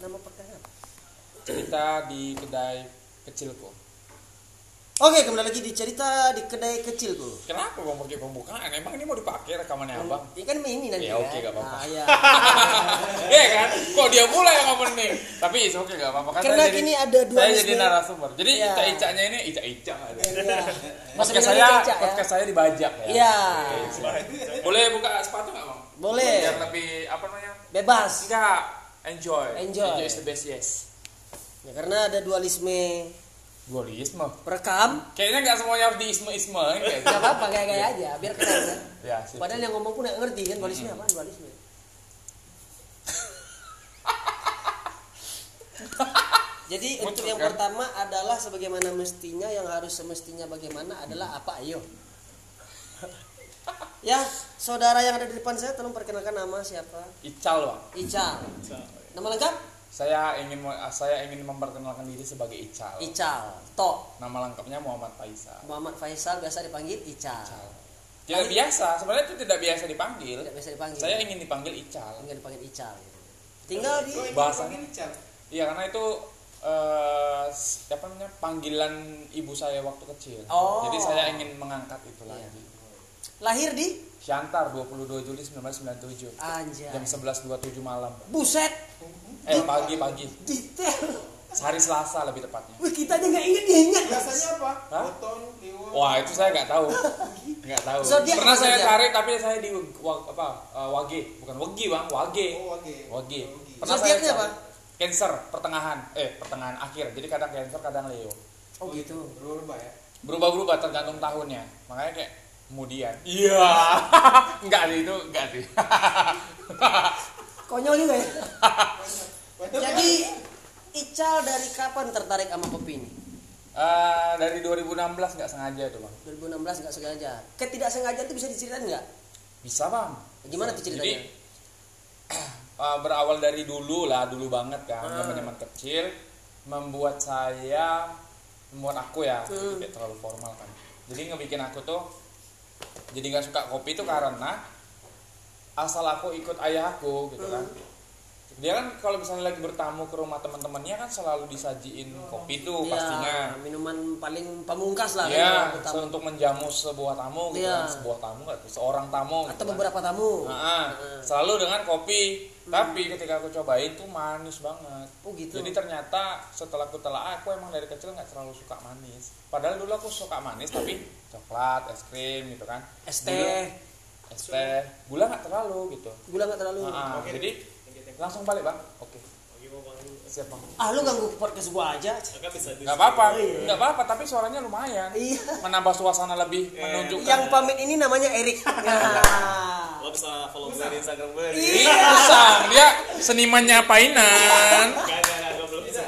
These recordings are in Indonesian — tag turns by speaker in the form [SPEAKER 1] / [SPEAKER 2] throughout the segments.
[SPEAKER 1] nama pekan apa?
[SPEAKER 2] cerita di kedai kecilku
[SPEAKER 1] Oke, kembali lagi di cerita di kedai kecilku.
[SPEAKER 2] kenapa bang pakai pembukaan Kan emang ini mau dipakai rekamannya abang
[SPEAKER 1] Ini kan ini nanti.
[SPEAKER 2] Ya, oke, nggak apa-apa.
[SPEAKER 1] Nah, ya.
[SPEAKER 2] Iya kan kok dia mulai yang ngomong nih tapi oke okay, gak apa-apa kan
[SPEAKER 1] Karena
[SPEAKER 2] saya jadi-
[SPEAKER 1] kini ada dua
[SPEAKER 2] saya jadi
[SPEAKER 1] listener.
[SPEAKER 2] narasumber jadi
[SPEAKER 1] Iya.
[SPEAKER 2] ica icanya ini ica ica ada
[SPEAKER 1] Iya.
[SPEAKER 2] podcast
[SPEAKER 1] Masukin
[SPEAKER 2] saya
[SPEAKER 1] lagi ke Ica, ya.
[SPEAKER 2] podcast saya dibajak ya
[SPEAKER 1] Iya.
[SPEAKER 2] Oke, silakan. boleh buka sepatu nggak bang
[SPEAKER 1] Boleh.
[SPEAKER 2] biar lebih apa namanya
[SPEAKER 1] Bebas.
[SPEAKER 2] enggak enjoy
[SPEAKER 1] Enjoy.
[SPEAKER 2] is the best yes
[SPEAKER 1] Ya, karena ada dualisme
[SPEAKER 2] dualisme
[SPEAKER 1] perekam.
[SPEAKER 2] kayaknya nggak semuanya harus diisme isme
[SPEAKER 1] Gak apa-apa, gaya-gaya aja, biar keren.
[SPEAKER 2] ya sip.
[SPEAKER 1] Padahal yang ngomong pun nggak ngerti kan dualisme
[SPEAKER 2] Hmm.
[SPEAKER 1] apa dualisme. Jadi untuk
[SPEAKER 2] Muncul,
[SPEAKER 1] yang
[SPEAKER 2] kan?
[SPEAKER 1] pertama adalah sebagaimana mestinya yang harus semestinya bagaimana adalah apa ayo. ya, saudara yang ada di depan saya tolong perkenalkan nama siapa?
[SPEAKER 2] ical bang
[SPEAKER 1] Ical. Nama lengkap?
[SPEAKER 2] Saya ingin saya ingin memperkenalkan diri sebagai Ical.
[SPEAKER 1] Ical. Tok
[SPEAKER 2] Nama lengkapnya Muhammad Faisal.
[SPEAKER 1] Muhammad Faisal biasa dipanggil Ical.
[SPEAKER 2] Ical. Tidak biasa, sebenarnya itu tidak biasa dipanggil.
[SPEAKER 1] Tidak biasa dipanggil.
[SPEAKER 2] Saya ingin dipanggil Ical.
[SPEAKER 1] Ingin dipanggil Ical. Tinggal di
[SPEAKER 2] Bahasa.
[SPEAKER 3] Ini Ical.
[SPEAKER 2] Iya, karena itu eh s- apa namanya? panggilan ibu saya waktu kecil.
[SPEAKER 1] Oh.
[SPEAKER 2] Jadi saya ingin mengangkat itu
[SPEAKER 1] Iya.
[SPEAKER 2] lagi.
[SPEAKER 1] lahir di
[SPEAKER 2] Syantar 22 Juli 1997.
[SPEAKER 1] Anjay.
[SPEAKER 2] Jam 11.27 malam.
[SPEAKER 1] Buset,
[SPEAKER 2] Eh, pagi-pagi.
[SPEAKER 1] detail.
[SPEAKER 2] Hari Selasa lebih tepatnya.
[SPEAKER 1] Wih, kita aja nggak inget dia ingat.
[SPEAKER 3] Biasanya apa?
[SPEAKER 2] Hah?
[SPEAKER 3] Boton, Kliwon.
[SPEAKER 2] Wah itu saya nggak tahu, nggak tahu.
[SPEAKER 1] Zodiak
[SPEAKER 2] Pernah
[SPEAKER 1] apa
[SPEAKER 2] saya
[SPEAKER 1] zodiak?
[SPEAKER 2] cari tapi saya di wa- apa eh, wage, bukan wagi bang, wage,
[SPEAKER 3] Oh, oke.
[SPEAKER 2] wage.
[SPEAKER 3] Oke.
[SPEAKER 2] Pernah
[SPEAKER 1] Zodiaknya
[SPEAKER 2] saya
[SPEAKER 1] apa?
[SPEAKER 2] cari. Cancer pertengahan, eh pertengahan akhir. Jadi kadang cancer kadang Leo.
[SPEAKER 1] Oh gitu.
[SPEAKER 3] Berubah ya.
[SPEAKER 2] Berubah-berubah tergantung tahunnya. Makanya kayak kemudian. Iya, nggak sih itu nggak sih.
[SPEAKER 1] Konyol juga ya.
[SPEAKER 3] Banyak- kan?
[SPEAKER 1] Jadi Ical dari kapan tertarik sama kopi ini?
[SPEAKER 2] Eh, dari 2016 nggak sengaja itu bang.
[SPEAKER 1] 2016 nggak sengaja. Ketidaksengajaan itu bisa diceritain nggak?
[SPEAKER 2] Bisa bang.
[SPEAKER 1] Gimana tuh ceritanya?
[SPEAKER 2] Jadi, eh, berawal dari dulu lah, dulu banget kan,
[SPEAKER 1] Ah.
[SPEAKER 2] zaman-zaman kecil membuat saya membuat aku ya,
[SPEAKER 1] Hmm.
[SPEAKER 2] tidak terlalu formal kan. Jadi ngebikin aku tuh jadi nggak suka kopi itu karena asal aku ikut ayah aku gitu
[SPEAKER 1] Hmm.
[SPEAKER 2] kan. Dia kan kalau misalnya lagi bertamu ke rumah teman-temannya kan selalu disajiin kopi
[SPEAKER 1] Iya,
[SPEAKER 2] tuh Oh, pastinya.
[SPEAKER 1] minuman paling pamungkas lah. kan,
[SPEAKER 2] Iya,
[SPEAKER 1] kalau
[SPEAKER 2] untuk menjamu sebuah tamu gitu
[SPEAKER 1] Iya.
[SPEAKER 2] kan, sebuah tamu nggak tuh, seorang tamu.
[SPEAKER 1] tamu.
[SPEAKER 2] gitu
[SPEAKER 1] Atau
[SPEAKER 2] kan.
[SPEAKER 1] beberapa tamu.
[SPEAKER 2] Heeh.
[SPEAKER 1] Heeh.
[SPEAKER 2] Selalu dengan kopi. Tapi ketika aku cobain tuh manis banget.
[SPEAKER 1] Oh gitu.
[SPEAKER 2] Jadi ternyata setelah aku telah aku emang dari kecil nggak terlalu suka manis. Padahal dulu aku suka manis tapi coklat, es krim gitu kan.
[SPEAKER 1] Es
[SPEAKER 2] Gula-
[SPEAKER 1] teh, Hmm,
[SPEAKER 2] es teh, gula nggak terlalu gitu.
[SPEAKER 1] gula nggak terlalu.
[SPEAKER 2] Heeh. Jadi langsung balik bang. Oke.
[SPEAKER 1] Oh, iya,
[SPEAKER 2] Siap bang.
[SPEAKER 1] Ah lu ganggu podcast gua aja.
[SPEAKER 2] Nggak apa-apa,
[SPEAKER 1] Iya.
[SPEAKER 2] nggak apa-apa. Tapi suaranya lumayan.
[SPEAKER 1] Iya.
[SPEAKER 2] Menambah suasana lebih menunjukkan.
[SPEAKER 1] Yang pamit ini namanya Erik. Nah.
[SPEAKER 4] Lo bisa follow gue di Instagram gue.
[SPEAKER 1] Iya.
[SPEAKER 4] Gak,
[SPEAKER 2] Ih, usang. Iya, dia senimannya painan.
[SPEAKER 4] gak, gak, gue belum bisa.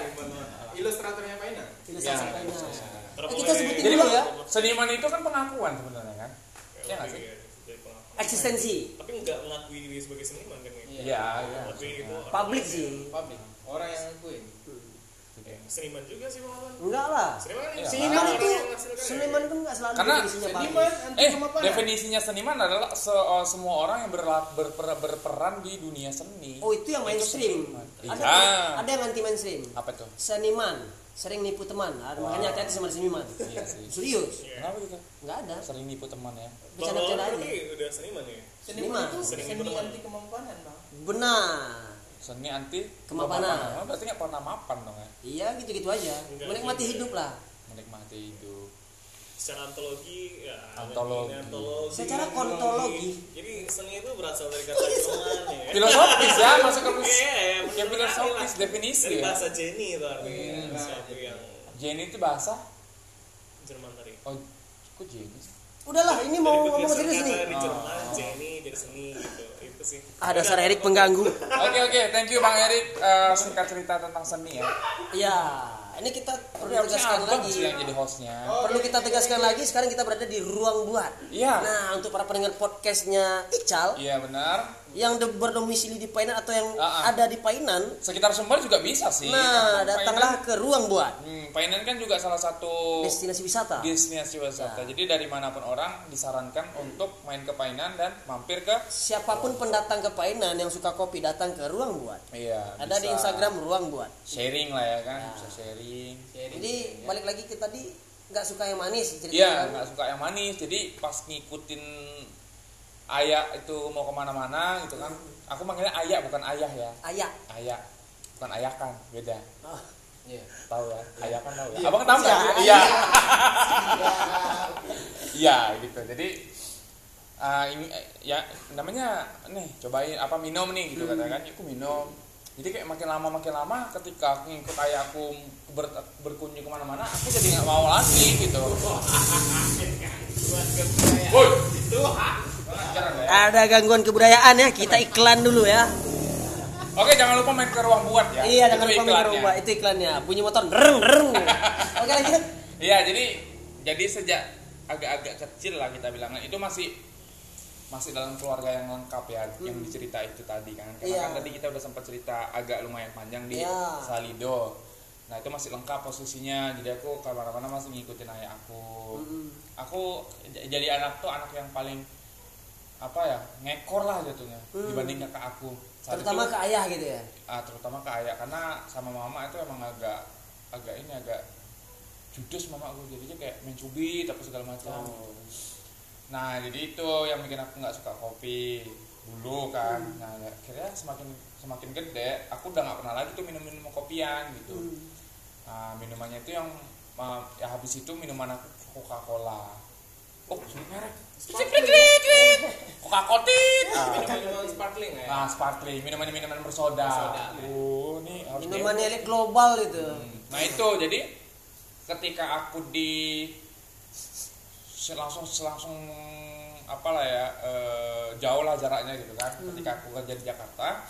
[SPEAKER 3] Ilustratornya Paina.
[SPEAKER 1] Ilustrasi
[SPEAKER 2] Iya.
[SPEAKER 1] Paina.
[SPEAKER 4] Terus
[SPEAKER 1] Eh, kita
[SPEAKER 4] pokoknya-
[SPEAKER 1] sebutin
[SPEAKER 2] Jadi
[SPEAKER 1] dulu ya.
[SPEAKER 2] seniman itu kan pengakuan sebenarnya kan? Iya nggak sih?
[SPEAKER 4] Jadi pengakuan.
[SPEAKER 1] Eksistensi.
[SPEAKER 4] Tapi nggak mengakui diri sebagai seniman kan ya?
[SPEAKER 2] Iya. iya.
[SPEAKER 4] Tapi itu orang-
[SPEAKER 1] Publik sih.
[SPEAKER 3] Public. Orang yang ngakuin.
[SPEAKER 4] Ya, Seniman juga sih Bang Alwan.
[SPEAKER 1] Enggak lah.
[SPEAKER 4] Seniman kan
[SPEAKER 2] Iya.
[SPEAKER 1] Seniman
[SPEAKER 4] orang
[SPEAKER 1] itu
[SPEAKER 4] yang menghasilkan ya.
[SPEAKER 1] seniman kan nggak selalu
[SPEAKER 2] Karena
[SPEAKER 1] definisinya
[SPEAKER 3] Seniman
[SPEAKER 1] bagus.
[SPEAKER 3] anti
[SPEAKER 2] Eh,
[SPEAKER 3] sama Paina.
[SPEAKER 2] definisinya seniman adalah se- eh, semua orang yang berla- berper- berperan di dunia seni.
[SPEAKER 1] Oh itu yang mainstream.
[SPEAKER 2] seniman.
[SPEAKER 1] Ada
[SPEAKER 2] Iya.
[SPEAKER 1] ada yang anti mainstream.
[SPEAKER 2] Apa tuh?
[SPEAKER 1] Seniman sering nipu teman. Ah, Makanya hati-hati sama seniman.
[SPEAKER 2] Iya sih.
[SPEAKER 1] Serius,
[SPEAKER 2] Kenapa gitu?
[SPEAKER 1] nggak ada.
[SPEAKER 2] Sering nipu teman ya.
[SPEAKER 4] Bang Alwan
[SPEAKER 1] Bercanda-bercanda aja.
[SPEAKER 4] berarti udah seniman ya?
[SPEAKER 1] Seniman.
[SPEAKER 3] Seniman itu
[SPEAKER 4] Seni
[SPEAKER 3] seni
[SPEAKER 4] berteman.
[SPEAKER 3] anti kemampanan, Bang.
[SPEAKER 1] Benar.
[SPEAKER 2] Seni anti
[SPEAKER 1] Kemapanan.
[SPEAKER 2] kemapanan. Oh, Berarti nggak pernah mapan dong ya.
[SPEAKER 1] Iya gitu-gitu aja.
[SPEAKER 4] Enggak
[SPEAKER 1] Menikmati
[SPEAKER 4] juga.
[SPEAKER 1] hidup lah.
[SPEAKER 2] Menikmati hidup.
[SPEAKER 4] Secara antologi, ya, ada
[SPEAKER 2] Antologi.
[SPEAKER 4] ini, antologi.
[SPEAKER 1] Secara kontologi. Iya,
[SPEAKER 4] Jadi seni itu berasal dari kata Jolan ya.
[SPEAKER 2] Filosofis ya masuk ke
[SPEAKER 4] Iya, iya,
[SPEAKER 2] Ya,
[SPEAKER 4] bener sekali
[SPEAKER 2] filosofis
[SPEAKER 4] lah.
[SPEAKER 2] definisi
[SPEAKER 4] Dari
[SPEAKER 2] ya.
[SPEAKER 4] bahasa Jenny itu artinya
[SPEAKER 1] Iya.
[SPEAKER 3] Hmm.
[SPEAKER 4] sesuatu yang
[SPEAKER 2] Jenny itu bahasa
[SPEAKER 4] Jerman tadi.
[SPEAKER 2] Oh, kok Jenny? sih?
[SPEAKER 1] Udahlah, ini mau ngomong serius
[SPEAKER 4] Di
[SPEAKER 1] nih.
[SPEAKER 4] Jerman,
[SPEAKER 2] Oh.
[SPEAKER 4] Jenny jadi seni gitu. Itu sih.
[SPEAKER 1] Ah, dasar Erik pengganggu.
[SPEAKER 2] Oke oke, thank you Bang Erik Eh, singkat cerita tentang seni ya.
[SPEAKER 1] Ya, ini kita
[SPEAKER 2] Tapi
[SPEAKER 1] perlu
[SPEAKER 2] harusnya
[SPEAKER 1] tegaskan
[SPEAKER 2] abang sih
[SPEAKER 1] lagi. Oh.
[SPEAKER 2] yang jadi hostnya.
[SPEAKER 1] Perlu kita tegaskan lagi sekarang kita berada di ruang buat.
[SPEAKER 2] Iya.
[SPEAKER 1] Nah, untuk para pendengar podcastnya Ical,
[SPEAKER 2] Iya benar.
[SPEAKER 1] yang de- berdomisili di Painan atau yang
[SPEAKER 2] Ah, ah.
[SPEAKER 1] ada di Painan
[SPEAKER 2] Sekitar Sumber juga bisa sih.
[SPEAKER 1] nah
[SPEAKER 2] Karena
[SPEAKER 1] datanglah
[SPEAKER 2] Painan-
[SPEAKER 1] ke ruang buat
[SPEAKER 2] Hmm, Painan kan juga salah satu
[SPEAKER 1] destinasi wisata
[SPEAKER 2] destinasi wisata.
[SPEAKER 1] Ya.
[SPEAKER 2] Jadi dari manapun orang disarankan
[SPEAKER 1] Hmm.
[SPEAKER 2] untuk main ke Painan dan mampir ke
[SPEAKER 1] siapapun pendatang ke Painan yang suka kopi datang ke ruang buat
[SPEAKER 2] Iya.
[SPEAKER 1] ada di
[SPEAKER 2] bisa
[SPEAKER 1] Instagram ruang buat
[SPEAKER 2] sharing lah ya kan,
[SPEAKER 1] Ya.
[SPEAKER 2] bisa sharing.
[SPEAKER 1] jadi
[SPEAKER 3] ya.
[SPEAKER 1] balik lagi ke tadi nggak suka yang manis ceritanya
[SPEAKER 2] Iya,
[SPEAKER 1] kan?
[SPEAKER 2] nggak suka yang manis. Jadi pas ngikutin ayah itu mau kemana-mana gitu kan,
[SPEAKER 1] Hmm.
[SPEAKER 2] aku manggilnya ayah bukan ayah ya,
[SPEAKER 1] ayak
[SPEAKER 2] ayah bukan ayakan beda
[SPEAKER 1] Oh.
[SPEAKER 3] Iya.
[SPEAKER 2] tahu ya ayakan tahu ya abang tahu nggak?
[SPEAKER 1] Iya.
[SPEAKER 2] iya iya gitu jadi ah, ini eh, ya namanya nih cobain apa minum nih gitu katakan ya, aku minum jadi kayak makin lama makin lama ketika aku ngikut ayahku ber, berkunjung kemana-mana aku jadi nggak mau lagi gitu woi itu ya
[SPEAKER 1] ada gangguan kebudayaan ya kita
[SPEAKER 2] Iya.
[SPEAKER 1] iklan dulu ya
[SPEAKER 2] oke jangan lupa main ke ruang buat ya
[SPEAKER 1] iya
[SPEAKER 2] Itu
[SPEAKER 1] dengan
[SPEAKER 2] iklannya.
[SPEAKER 1] pemikiran ubah itu iklannya bunyi motor dereng dereng oke lanjut
[SPEAKER 2] Iya, jadi jadi sejak agak-agak kecil lah kita bilangnya itu masih masih dalam keluarga yang lengkap ya yang dicerita itu tadi kan karena
[SPEAKER 1] Hmm. Iya.
[SPEAKER 2] kan tadi kita udah sempat cerita agak lumayan panjang di
[SPEAKER 1] Iya.
[SPEAKER 2] Salido nah itu masih lengkap posisinya jadi aku kemana-mana masih ngikutin ayah aku
[SPEAKER 1] Hmm.
[SPEAKER 2] aku j- jadi anak tuh anak yang paling apa ya ngekor lah jatuhnya
[SPEAKER 1] Hmm.
[SPEAKER 2] dibanding kakak aku Saat
[SPEAKER 1] terutama
[SPEAKER 2] itu-
[SPEAKER 1] ke ayah gitu ya
[SPEAKER 2] ah, terutama ke ayah karena sama mama itu emang agak agak ini agak judes mama aku jadinya kayak main cubit apa segala macam nah jadi itu yang bikin aku nggak suka kopi dulu kan nah akhirnya semakin semakin gede aku udah nggak pernah lagi tuh minum minum kopian gitu Nah, minumannya itu yang uh, ya habis itu minuman aku Coca Cola. Oh, sebut merek. Coca Cola. Ah.
[SPEAKER 3] Minuman sparkling ya.
[SPEAKER 2] Nah, sparkling, minuman minuman bersoda.
[SPEAKER 3] Bersoda.
[SPEAKER 2] Oh, nih harus
[SPEAKER 1] minuman
[SPEAKER 2] demo.
[SPEAKER 1] elit global gitu
[SPEAKER 2] Hmm. Nah, itu jadi ketika aku di se- langsung langsung apalah ya eh, jauh lah jaraknya gitu kan
[SPEAKER 1] Hmm.
[SPEAKER 2] ketika aku kerja di Jakarta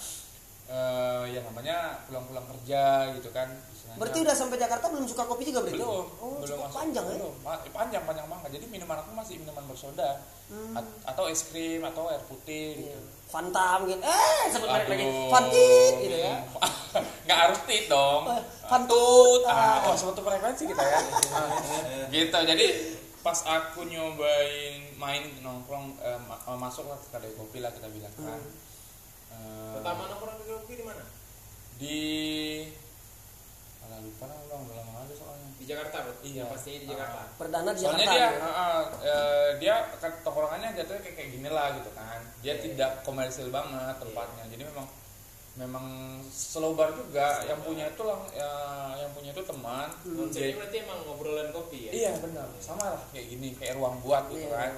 [SPEAKER 2] eh, ya namanya pulang-pulang kerja gitu kan istilahnya.
[SPEAKER 1] berarti udah sampai Jakarta belum suka kopi juga berarti
[SPEAKER 2] belum
[SPEAKER 1] oh
[SPEAKER 2] belum
[SPEAKER 1] cukup
[SPEAKER 2] masuk.
[SPEAKER 1] panjang ya
[SPEAKER 2] belum Ma- panjang panjang banget jadi minuman aku masih minuman bersoda
[SPEAKER 1] Hmm.
[SPEAKER 2] A- atau es krim atau air putih
[SPEAKER 1] Iya.
[SPEAKER 2] gitu
[SPEAKER 1] Fantam gitu eh sebut merek lagi
[SPEAKER 2] Aduh.
[SPEAKER 1] Fantit gitu ya
[SPEAKER 2] nggak harus tit dong
[SPEAKER 1] Eh,
[SPEAKER 2] pantut
[SPEAKER 1] Fantut.
[SPEAKER 2] ah, oh suatu frekuensi kita ya Ah, gitu jadi pas aku nyobain main nongkrong eh, ma- eh, masuk lah ke kedai kopi lah kita bilang kan Eh,
[SPEAKER 3] Pertama nongkrong di Grogi di mana?
[SPEAKER 2] di Alah, lupa lah bang udah lama aja soalnya
[SPEAKER 3] Di Jakarta, Bro.
[SPEAKER 2] Iya.
[SPEAKER 3] Yang pastinya di Jakarta.
[SPEAKER 1] perdana di
[SPEAKER 2] soalnya
[SPEAKER 1] Jakarta
[SPEAKER 2] dia
[SPEAKER 1] ya.
[SPEAKER 2] ah, ah, eh, dia kan tongkrongannya jatuhnya kayak kayak gini lah gitu kan dia
[SPEAKER 1] Iya.
[SPEAKER 2] tidak komersil banget tempatnya jadi memang memang slow bar juga yang punya itu lang ya, yang punya itu teman
[SPEAKER 1] Hmm,
[SPEAKER 3] Konsepnya
[SPEAKER 2] Dia-
[SPEAKER 3] berarti emang ngobrolan kopi ya.
[SPEAKER 2] Hmm, iya benar sama lah kayak gini kayak ruang buat gitu
[SPEAKER 1] gitu. Iya.
[SPEAKER 2] kan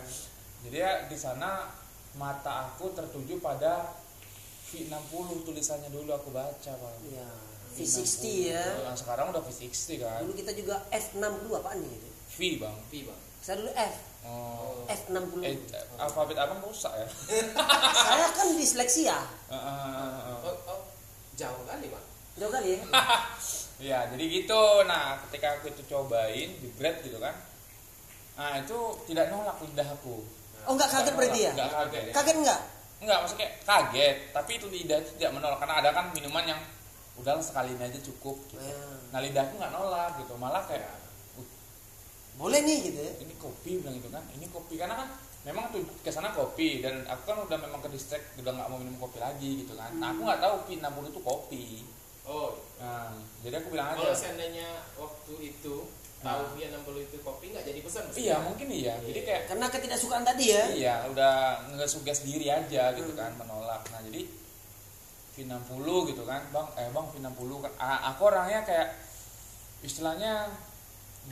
[SPEAKER 2] jadi ya di sana mata aku tertuju pada V60 tulisannya dulu aku baca Bang.
[SPEAKER 1] Iya.
[SPEAKER 2] V60.
[SPEAKER 1] V60 ya
[SPEAKER 2] Nah, sekarang udah V60 kan
[SPEAKER 1] dulu kita juga F62 apaan nih gitu
[SPEAKER 2] V bang
[SPEAKER 3] Kopi, Bang.
[SPEAKER 1] saya dulu F
[SPEAKER 2] oh.
[SPEAKER 1] F60
[SPEAKER 2] Eh, alfabet abang rusak ya
[SPEAKER 1] saya kan disleksia
[SPEAKER 2] Ah, ah, ah, ah.
[SPEAKER 3] Oh, oh, jauh kali, Bang.
[SPEAKER 1] jauh kali ya
[SPEAKER 2] Ya, jadi gitu. Nah, ketika aku itu cobain, jebret gitu kan. Nah, itu tidak nolak lidah aku.
[SPEAKER 1] oh nggak kaget berarti ya
[SPEAKER 2] Enggak kaget.
[SPEAKER 1] kaget nggak
[SPEAKER 2] Enggak, maksudnya kaget, tapi itu lidah itu tidak menolak karena ada kan minuman yang udah sekali aja cukup. Gitu.
[SPEAKER 1] Nah,
[SPEAKER 2] Nah, lidahku nggak nolak gitu, malah kayak "Uh,
[SPEAKER 1] boleh nih gitu ya.
[SPEAKER 2] ini kopi bilang gitu kan. Ini kopi karena kan memang tuh ke sana kopi dan aku kan udah memang ke distrik udah nggak mau minum kopi lagi gitu kan. Nah, aku nggak tahu P60 itu kopi.
[SPEAKER 3] Oh,
[SPEAKER 2] Nah, jadi aku bilang aja.
[SPEAKER 3] kalau seandainya waktu itu tahu
[SPEAKER 2] Nah.
[SPEAKER 3] dia 60 itu kopi nggak jadi pesan pasti.
[SPEAKER 2] Iya, mungkin iya. Jadi kayak
[SPEAKER 1] karena ketidaksukaan tadi ya
[SPEAKER 2] Iya, udah ngesugas diri aja gitu kan menolak. Nah, jadi V60 gitu kan, Bang. Eh, Bang V60 kan A- aku orangnya kayak istilahnya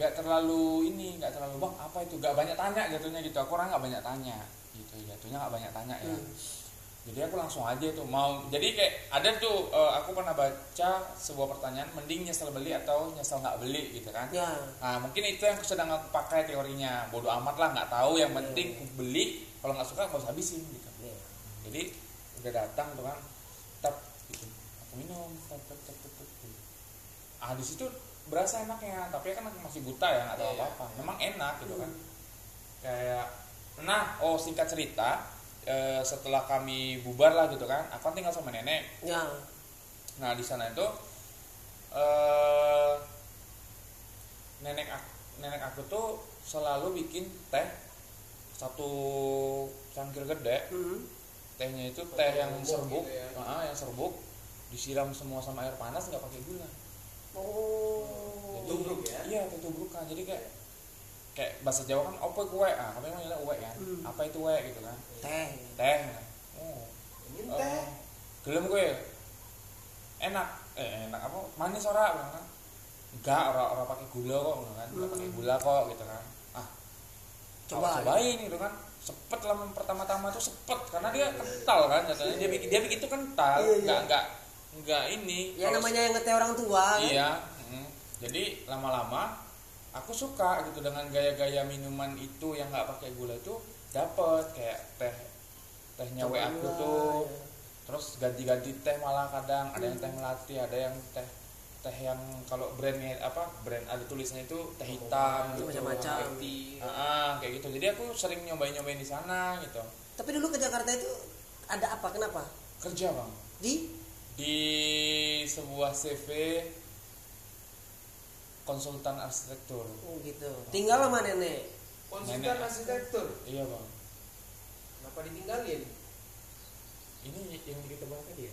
[SPEAKER 2] nggak terlalu ini, nggak terlalu Bang, apa itu? nggak banyak tanya jatuhnya gitu. Aku orang nggak banyak tanya gitu. Jatuhnya nggak banyak tanya ya.
[SPEAKER 1] Hmm.
[SPEAKER 2] Jadi aku langsung aja tuh mau. Jadi kayak ada tuh eh, aku pernah baca sebuah pertanyaan mending nyesel beli atau nyesel nggak beli gitu kan.
[SPEAKER 1] ya
[SPEAKER 2] Nah, mungkin itu yang sedang aku pakai teorinya. Bodoh amat lah, nggak tahu. Yang penting aku beli. Kalau nggak suka, aku harus habisin. Gitu.
[SPEAKER 1] Iya.
[SPEAKER 2] Jadi udah datang tuh kan, tap gitu. Aku minum, tap tap tap tap. tap, gitu. Ah di situ berasa enaknya, tapi kan aku masih buta ya, nggak tahu
[SPEAKER 3] Iya,
[SPEAKER 2] apa apa. Memang enak gitu kan. Kayak, nah, oh singkat cerita, eh, setelah kami bubar lah gitu kan aku tinggal sama nenek
[SPEAKER 1] ya
[SPEAKER 2] Nah di sana itu eh nenek aku, nenek aku tuh selalu bikin teh satu cangkir gede.
[SPEAKER 1] Mhm.
[SPEAKER 2] Tehnya itu teh
[SPEAKER 3] Pakai
[SPEAKER 2] yang
[SPEAKER 3] bubuk
[SPEAKER 2] serbuk,
[SPEAKER 3] gitu ya.
[SPEAKER 2] Ah, yang serbuk disiram semua sama air panas nggak pakai gula.
[SPEAKER 1] oh
[SPEAKER 3] Tubruk ya.
[SPEAKER 2] Iya teh tubrukan. Jadi kayak kayak bahasa Jawa kan opo kue ah kami manggilnya kue kan
[SPEAKER 1] Hmm.
[SPEAKER 2] apa itu kue gitu kan
[SPEAKER 1] teh
[SPEAKER 2] teh oh
[SPEAKER 3] Ingin
[SPEAKER 2] Eh,
[SPEAKER 3] teh.
[SPEAKER 2] gelem kowe enak eh enak apa manis ora Bilang kan enggak ora ora pakai gula kok ngono kan ora
[SPEAKER 1] Hmm.
[SPEAKER 2] pakai gula kok gitu kan ah
[SPEAKER 1] Coba,
[SPEAKER 2] awak cobain gitu kan sepet lah mem- pertama-tama tuh sepet karena dia kental kan jatuhnya dia bikin dia bikin tuh kental
[SPEAKER 1] Iya, iya.
[SPEAKER 2] enggak enggak enggak ini
[SPEAKER 1] ya
[SPEAKER 2] Kalau
[SPEAKER 1] namanya yang ngeteh orang tua kan?
[SPEAKER 2] Iya. mm. Jadi lama-lama aku suka gitu dengan gaya-gaya minuman itu yang nggak pakai gula itu dapet kayak teh tehnya
[SPEAKER 1] Coba
[SPEAKER 2] WA aku
[SPEAKER 1] gula,
[SPEAKER 2] tuh.
[SPEAKER 1] ya.
[SPEAKER 2] Terus ganti-ganti teh malah kadang ada yang teh
[SPEAKER 1] Hmm.
[SPEAKER 2] melati, ada yang teh teh yang kalau brandnya apa brand ada tulisannya itu teh hitam gitu.
[SPEAKER 1] macam-macam.
[SPEAKER 2] Kayak- Ah, ah, kayak gitu. Jadi aku sering nyobain-nyobain di sana gitu.
[SPEAKER 1] tapi dulu ke Jakarta itu ada apa kenapa
[SPEAKER 2] Kerja, Bang.
[SPEAKER 1] di
[SPEAKER 2] di sebuah CV konsultan arsitektur.
[SPEAKER 1] oh gitu tinggal sama nenek
[SPEAKER 3] Konsultan
[SPEAKER 2] Nenek.
[SPEAKER 3] arsitektur.
[SPEAKER 2] Iya bang.
[SPEAKER 3] Kenapa ditinggalin?
[SPEAKER 2] Ini yang kita bahas tadi ya.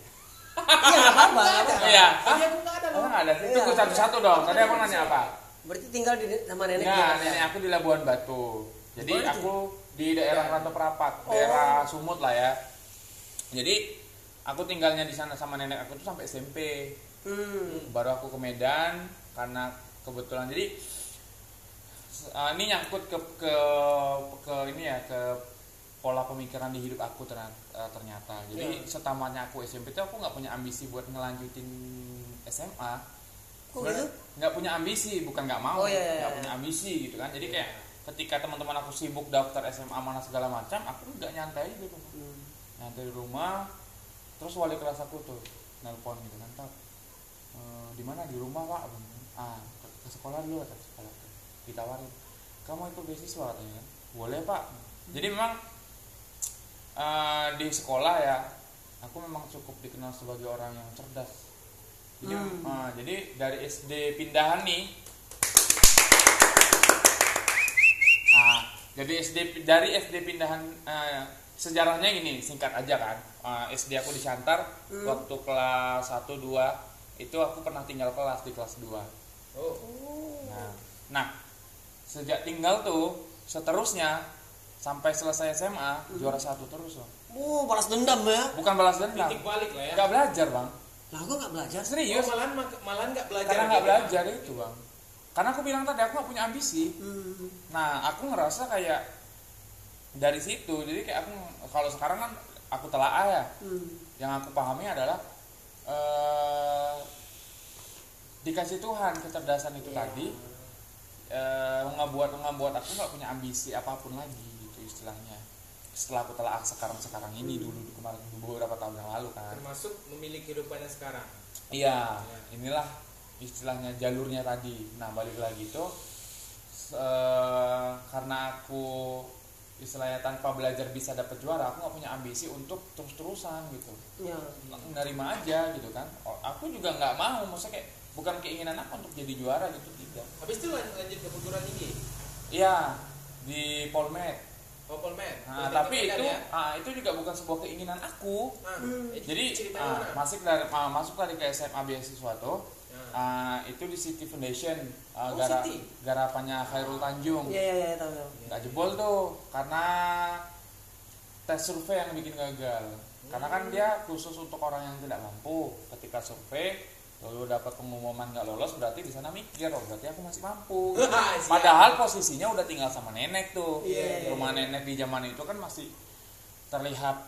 [SPEAKER 1] iya nggak apa-apa nggak apa-apa.
[SPEAKER 2] Iya.
[SPEAKER 3] Tadi aku nggak ada
[SPEAKER 2] Oh
[SPEAKER 3] loh.
[SPEAKER 2] nggak ada. Itu
[SPEAKER 1] Iya.
[SPEAKER 2] satu-satu dong. Tadi aku nanya apa?
[SPEAKER 1] berarti tinggal di sama nenek ya? di
[SPEAKER 2] Nah,
[SPEAKER 1] Jakarta.
[SPEAKER 2] nenek aku di Labuan Batu. Jadi
[SPEAKER 1] Boleh tuh.
[SPEAKER 2] aku di daerah Rantau Perapat, daerah Sumut lah ya. Jadi aku tinggalnya di sana sama nenek aku tuh sampai SMP.
[SPEAKER 1] hmm.
[SPEAKER 2] baru aku ke Medan karena kebetulan jadi s- ah, ini nyangkut ke ke ke ini ya ke pola pemikiran di hidup aku ternyata, eh, ternyata. jadi
[SPEAKER 1] Ya.
[SPEAKER 2] setamatnya aku SMP itu aku nggak punya ambisi buat ngelanjutin SMA
[SPEAKER 1] kok
[SPEAKER 2] Bener?
[SPEAKER 1] gitu
[SPEAKER 2] nggak punya ambisi bukan nggak mau
[SPEAKER 1] Oh, iya, iya,
[SPEAKER 2] nggak
[SPEAKER 1] iya.
[SPEAKER 2] punya ambisi gitu kan jadi kayak ketika teman-teman aku sibuk daftar SMA mana segala macam aku nggak nyantai gitu
[SPEAKER 1] Hmm.
[SPEAKER 2] nanti di rumah terus wali kelas aku tuh nelpon gitu kan "Tat, eh, di mana di rumah pak Abang bilang, ah ke, ke sekolah dulu kata sekolah tuh. ditawarin kamu ikut beasiswa katanya kan boleh pak jadi memang eh, di sekolah ya aku memang cukup dikenal sebagai orang yang cerdas jadi,
[SPEAKER 1] Hmm.
[SPEAKER 2] ah, jadi dari SD pindahan nih Nah, jadi SD pi- dari SD pindahan eh, sejarahnya gini, singkat aja kan. Eh, SD aku di Shantar
[SPEAKER 1] Hmm.
[SPEAKER 2] waktu kelas 1 2 itu aku pernah tinggal kelas di kelas 2.
[SPEAKER 3] Oh.
[SPEAKER 2] Nah, nah, sejak tinggal tuh seterusnya sampai selesai SMA juara satu terus loh.
[SPEAKER 1] Oh, balas dendam ya?
[SPEAKER 2] Bukan balas dendam.
[SPEAKER 3] Titik balik lah ya.
[SPEAKER 2] Gak belajar, Bang.
[SPEAKER 1] Lah, gua nggak belajar.
[SPEAKER 2] Serius.
[SPEAKER 3] Oh, malahan mak- malahan nggak belajar.
[SPEAKER 2] Iya. karena nggak
[SPEAKER 3] gitu.
[SPEAKER 2] belajar itu, Bang. Karena aku bilang tadi aku gak punya ambisi.
[SPEAKER 1] Hmm.
[SPEAKER 2] Nah, aku ngerasa kayak dari situ, jadi kayak aku kalau sekarang kan aku telaah ya,
[SPEAKER 1] Hmm.
[SPEAKER 2] yang aku pahami adalah eh, dikasih Tuhan kecerdasan itu tadi eh, ngebuat ngebuat aku nggak punya ambisi apapun lagi gitu istilahnya. Setelah aku telaah sekarang sekarang ini dulu kemarin beberapa tahun yang lalu kan.
[SPEAKER 3] Termasuk memiliki kehidupan yang sekarang.
[SPEAKER 2] Iya, inilah istilahnya jalurnya tadi. Nah, balik lagi itu s- eh, karena aku istilahnya tanpa belajar bisa dapat juara, aku nggak punya ambisi untuk terus-terusan gitu.
[SPEAKER 1] Ya.
[SPEAKER 2] Menerima aja gitu kan. Oh, Aku juga nggak mau, maksudnya kayak bukan keinginan aku untuk jadi juara gitu tidak.
[SPEAKER 3] Habis itu lan- lanjut ke perguruan tinggi.
[SPEAKER 2] Iya, di Polmed.
[SPEAKER 3] Opel Man.
[SPEAKER 2] Nah, tapi itu
[SPEAKER 3] ya?
[SPEAKER 2] ah, itu juga bukan sebuah keinginan aku.
[SPEAKER 3] Ah,
[SPEAKER 2] Jadi ah, masuk dari ah, masuk dari ke SMA beasiswa tuh Ah, itu di City Foundation ah,
[SPEAKER 3] Hmm. Oh,
[SPEAKER 2] gara-
[SPEAKER 3] City. Iya,
[SPEAKER 2] garapannya Khairul Tanjung
[SPEAKER 1] Ya, ya, ya, tahu, tahu.
[SPEAKER 2] nggak jebol tuh karena tes survei yang bikin gagal karena kan dia khusus untuk orang yang tidak mampu ketika survei lalu dapat pengumuman nggak lolos berarti di sana mikir oh berarti aku masih mampu padahal posisinya udah tinggal sama nenek tuh
[SPEAKER 1] Ah, Iya, iya,
[SPEAKER 2] rumah nenek di zaman itu kan masih terlihat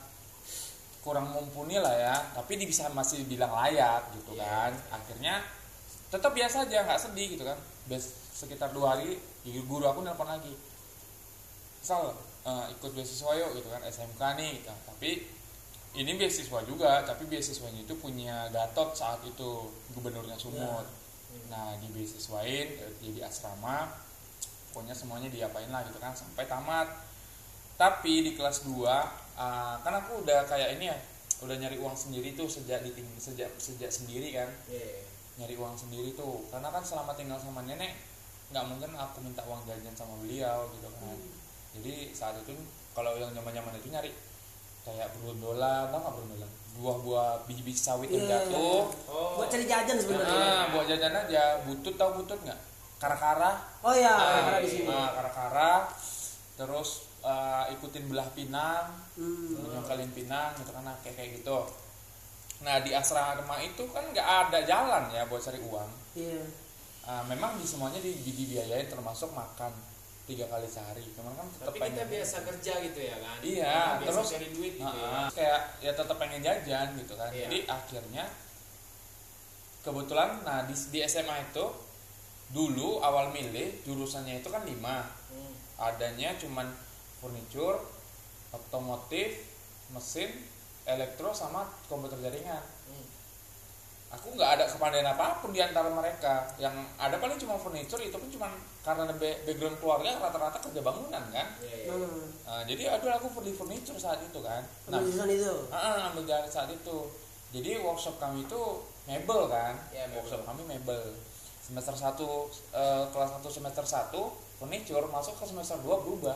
[SPEAKER 2] kurang mumpuni lah ya tapi di- bisa masih bilang layak gitu
[SPEAKER 1] Iya.
[SPEAKER 2] kan akhirnya tetap biasa aja nggak sedih gitu kan Bes- sekitar dua hari guru aku nelpon lagi misal eh, ikut beasiswa yuk gitu kan SMK nih gitu. tapi ini beasiswa juga tapi beasiswanya itu punya Gatot saat itu gubernurnya Sumut nah di beasiswain eh, jadi asrama pokoknya semuanya diapain lah gitu kan sampai tamat tapi di kelas 2 ah, kan aku udah kayak ini ya udah nyari uang sendiri tuh sejak di sejak sejak sendiri kan
[SPEAKER 3] Iya.
[SPEAKER 2] nyari uang sendiri tuh karena kan selama tinggal sama nenek nggak mungkin aku minta uang jajan sama beliau gitu kan
[SPEAKER 1] Hmm.
[SPEAKER 2] jadi saat itu kalau yang nyaman nyaman itu nyari kayak berundolan tau nggak berundolan buah-buah biji-biji sawit yang
[SPEAKER 1] Iya.
[SPEAKER 2] jatuh
[SPEAKER 3] Oh.
[SPEAKER 1] buat cari jajan sebenarnya
[SPEAKER 2] nah buat jajan aja butut tau butut nggak kara-kara
[SPEAKER 1] oh ya
[SPEAKER 2] Ah,
[SPEAKER 1] karena di sini
[SPEAKER 2] ah, kara-kara terus ah, ikutin belah pinang
[SPEAKER 1] Hmm.
[SPEAKER 2] nyongkelin pinang gitu kan nah, kayak kayak gitu nah di asrama itu kan nggak ada jalan ya buat cari uang
[SPEAKER 1] iya
[SPEAKER 2] Ah, memang di semuanya di, di- dibiayain termasuk makan tiga kali sehari cuman kan tetap
[SPEAKER 3] Tapi kita
[SPEAKER 2] pengen-
[SPEAKER 3] biasa kerja gitu ya kan?
[SPEAKER 2] Iya,
[SPEAKER 3] Kita biasa
[SPEAKER 2] terus-
[SPEAKER 3] cari duit gitu
[SPEAKER 2] Ah, ah. kayak ya tetap pengen jajan gitu kan
[SPEAKER 3] Iya.
[SPEAKER 2] jadi akhirnya kebetulan nah di, di SMA itu dulu awal milih jurusannya itu kan lima
[SPEAKER 3] ya. Hmm.
[SPEAKER 2] adanya cuman furniture, otomotif, mesin, elektro sama komputer jaringan.
[SPEAKER 3] Hmm.
[SPEAKER 2] Aku nggak ada kepandaian apapun di antara mereka. Yang ada paling cuma furniture itu pun cuma karena ba- background keluarga rata-rata kerja bangunan kan.
[SPEAKER 3] Iya, iya.
[SPEAKER 1] nah
[SPEAKER 2] Nah, jadi aduh aku di furniture saat itu kan. Nah,
[SPEAKER 1] ambil
[SPEAKER 3] Iya.
[SPEAKER 1] jurusan itu
[SPEAKER 2] ah, ambil jalan saat itu. Jadi workshop kami itu mebel kan.
[SPEAKER 3] Iya, mebel.
[SPEAKER 2] Workshop kami mebel. Semester 1 kelas 1 semester 1 furniture masuk ke semester 2 berubah.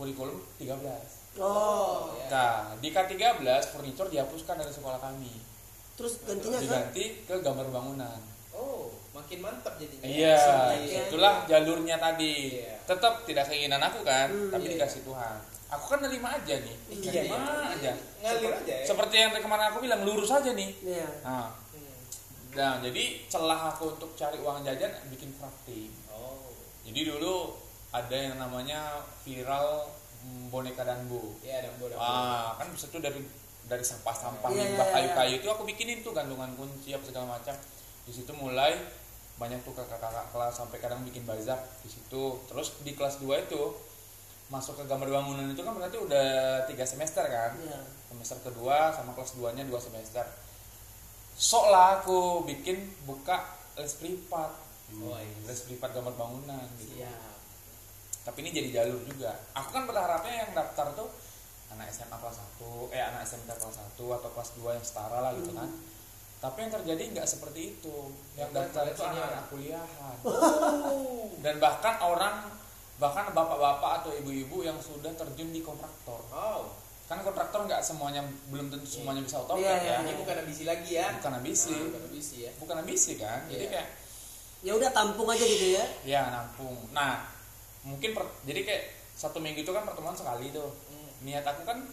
[SPEAKER 2] Kurikulum 13.
[SPEAKER 1] oh
[SPEAKER 3] Iya.
[SPEAKER 2] Nah, di K13 furniture dihapuskan dari sekolah kami.
[SPEAKER 1] terus
[SPEAKER 3] Iya, kan?
[SPEAKER 1] gantinya
[SPEAKER 2] Iya.
[SPEAKER 1] ke
[SPEAKER 2] Diganti ke gambar bangunan.
[SPEAKER 3] Oh, makin mantap jadinya.
[SPEAKER 2] Iya,
[SPEAKER 3] Aslinya.
[SPEAKER 1] Iya.
[SPEAKER 2] itulah jalurnya tadi.
[SPEAKER 3] ya. Iya.
[SPEAKER 2] Tetap tidak keinginan aku kan,
[SPEAKER 1] Hmm,
[SPEAKER 2] tapi
[SPEAKER 3] iya.
[SPEAKER 2] dikasih Tuhan. Aku kan nerima aja nih,
[SPEAKER 1] Iya,
[SPEAKER 2] nerima aja.
[SPEAKER 3] Ngalir aja ya.
[SPEAKER 2] Seperti yang kemarin aku bilang lurus aja nih.
[SPEAKER 1] iya
[SPEAKER 2] Nah,
[SPEAKER 3] Hmm.
[SPEAKER 2] Nah, jadi celah aku untuk cari uang jajan bikin crafting.
[SPEAKER 3] Oh,
[SPEAKER 2] Jadi dulu ada yang namanya viral mm, boneka danbo.
[SPEAKER 3] iya dambo dambo.
[SPEAKER 2] Wah, kan bisa tuh dari dari sampah-sampah
[SPEAKER 1] Iya, iya,
[SPEAKER 2] limbah
[SPEAKER 1] iya.
[SPEAKER 2] kayu-kayu itu aku bikinin tuh gantungan kunci apa segala macam. Di situ mulai banyak tuh kakak-kakak kelas sampai kadang bikin bazar di situ. Terus di kelas 2 itu masuk ke gambar bangunan itu kan berarti udah tiga semester kan
[SPEAKER 1] iya
[SPEAKER 2] semester kedua sama kelas 2 nya dua semester sok lah aku bikin buka les privat
[SPEAKER 3] Oh, iya.
[SPEAKER 2] les privat gambar bangunan gitu
[SPEAKER 3] Siap.
[SPEAKER 2] tapi ini jadi jalur juga aku kan berharapnya yang daftar tuh anak SMA kelas 1 eh anak SMK kelas 1 atau kelas 2 yang setara lah gitu kan
[SPEAKER 1] Hmm.
[SPEAKER 2] tapi yang terjadi nggak seperti itu yang
[SPEAKER 3] Yang
[SPEAKER 2] daftar itu
[SPEAKER 3] daftar senior.
[SPEAKER 2] anak-anak kuliahan
[SPEAKER 3] Oh.
[SPEAKER 2] dan bahkan orang bahkan bapak-bapak atau ibu-ibu yang sudah terjun di kontraktor
[SPEAKER 3] Oh,
[SPEAKER 2] kan kontraktor nggak semuanya belum tentu semuanya bisa otopet
[SPEAKER 1] Iya, iya,
[SPEAKER 2] ya
[SPEAKER 3] ini bukan ambisi lagi ya.
[SPEAKER 2] bukan ambisi
[SPEAKER 3] Ah, bukan ambisi ya.
[SPEAKER 2] bukan ambisi kan jadi
[SPEAKER 3] Iya.
[SPEAKER 2] kayak
[SPEAKER 1] ya udah tampung aja gitu ya
[SPEAKER 2] ya nampung nah mungkin per- jadi kayak satu minggu itu kan pertemuan sekali tuh
[SPEAKER 3] Hmm.
[SPEAKER 2] niat aku kan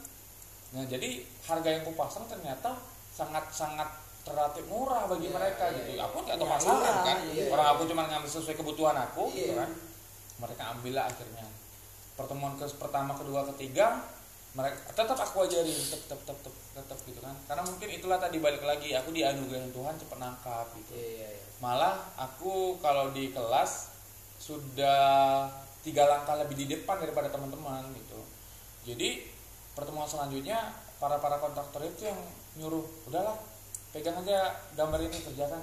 [SPEAKER 2] nah jadi harga yang aku pasang ternyata sangat sangat relatif murah bagi
[SPEAKER 3] Iya,
[SPEAKER 2] mereka
[SPEAKER 3] iya,
[SPEAKER 2] gitu
[SPEAKER 3] iya.
[SPEAKER 2] aku nggak tahu
[SPEAKER 1] Iya,
[SPEAKER 2] pasaran
[SPEAKER 1] iya,
[SPEAKER 2] kan
[SPEAKER 1] iya.
[SPEAKER 2] orang aku cuma ngambil sesuai kebutuhan aku gitu
[SPEAKER 3] Iya.
[SPEAKER 2] kan mereka ambil lah akhirnya pertemuan ke pertama kedua ketiga mereka tetap aku ajarin tetap tetap tetap tetap, tetap gitu kan karena mungkin itulah tadi balik lagi aku dianugerahi Tuhan cepet nangkap gitu
[SPEAKER 3] Iya, iya, iya.
[SPEAKER 2] malah aku kalau di kelas sudah tiga langkah lebih di depan daripada teman-teman gitu jadi pertemuan selanjutnya para para kontraktor itu yang nyuruh udahlah pegang aja gambar ini kerjakan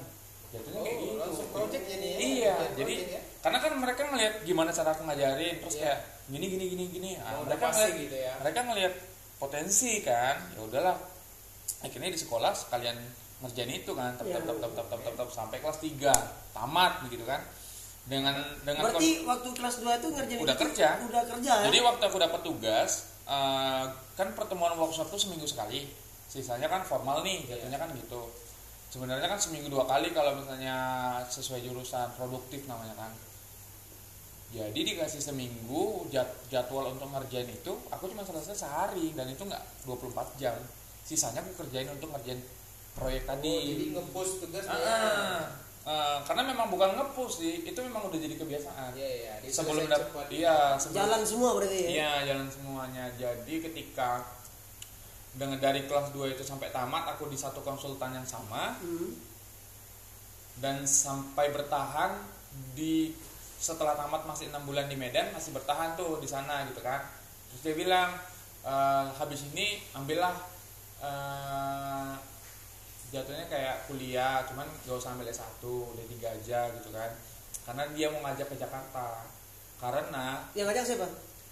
[SPEAKER 2] jatuhnya
[SPEAKER 3] Oh,
[SPEAKER 2] kayak gitu
[SPEAKER 3] langsung project jadi ya.
[SPEAKER 2] iya
[SPEAKER 3] Project
[SPEAKER 2] jadi
[SPEAKER 3] ya.
[SPEAKER 2] karena kan mereka ngelihat gimana cara aku ngajarin terus
[SPEAKER 3] Iya.
[SPEAKER 2] kayak gini gini gini gini Ah,
[SPEAKER 3] Mau
[SPEAKER 2] mereka
[SPEAKER 3] pasti
[SPEAKER 2] ngelihat
[SPEAKER 3] gitu ya.
[SPEAKER 2] Iya, mereka ngelihat potensi kan ya udahlah akhirnya di sekolah sekalian ngerjain itu kan tap tap tap tap tap tap tap, tap, sampai kelas 3 tamat begitu kan dengan dengan
[SPEAKER 1] berarti waktu kelas 2 itu ngerjain
[SPEAKER 2] Udah
[SPEAKER 1] itu
[SPEAKER 2] kerja.
[SPEAKER 1] udah kerja
[SPEAKER 2] kon-
[SPEAKER 1] ya?
[SPEAKER 2] jadi waktu aku dapat tugas eh, kan pertemuan workshop tuh seminggu sekali sisanya kan formal nih
[SPEAKER 3] Iya.
[SPEAKER 2] jatuhnya kan gitu sebenarnya kan seminggu dua kali kalau misalnya sesuai jurusan produktif namanya kan jadi dikasih seminggu jad- jadwal untuk ngerjain itu aku cuma selesai sehari dan itu nggak 24 jam sisanya aku kerjain untuk ngerjain proyek tadi
[SPEAKER 3] Oh, jadi nge-push tugasnya.
[SPEAKER 2] Ah, ah. Ah, karena memang bukan ngepush sih itu memang udah jadi kebiasaan
[SPEAKER 3] Iya, iya. Dia
[SPEAKER 2] sebelum
[SPEAKER 3] selesai
[SPEAKER 2] dap-
[SPEAKER 3] cepat.
[SPEAKER 2] iya sebelum-
[SPEAKER 1] jalan semua berarti ya
[SPEAKER 2] iya jalan semuanya jadi ketika dengan dari kelas 2 itu sampai tamat aku di satu konsultan yang sama
[SPEAKER 1] Hmm.
[SPEAKER 2] dan sampai bertahan di setelah tamat masih enam bulan di Medan masih bertahan tuh di sana gitu kan terus dia bilang e, habis ini ambillah e, jatuhnya kayak kuliah cuman gak usah ambil S1 D3 aja gitu kan karena dia mau ngajak ke Jakarta karena
[SPEAKER 1] yang ngajak siapa